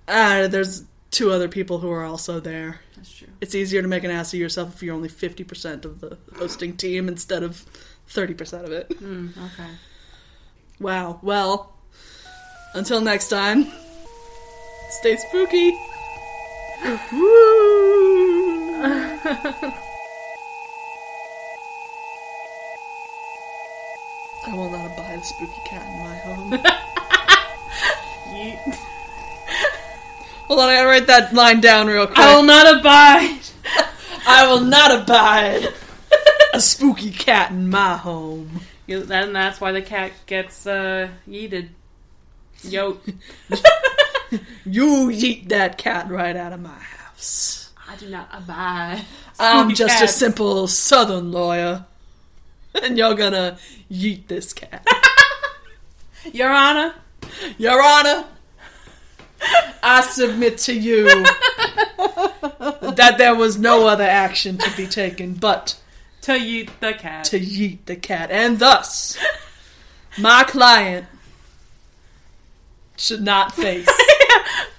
ah, there's two other people who are also there. That's true. It's easier to make an ass of yourself if you're only 50% of the hosting team instead of 30% of it. Mm, okay. Wow. Well, until next time, stay spooky. Woo! I will not abide a spooky cat in my home. Yeet. Hold on, I gotta write that line down real quick. I will not abide. Um, I will not abide a spooky cat in my home. You, then that's why the cat gets uh, yeeted. Yo, You yeet that cat right out of my house. I do not abide. I'm Spooky just a cats. simple southern lawyer. And you're gonna yeet this cat. Your Honor, Your Honor, I submit to you that there was no other action to be taken but to yeet the cat. to yeet the cat. And thus, my client should not face.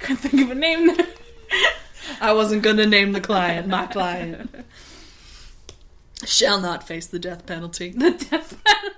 Couldn't think of a name there. I wasn't gonna name the client, my client. Shall not face the death penalty. The death penalty.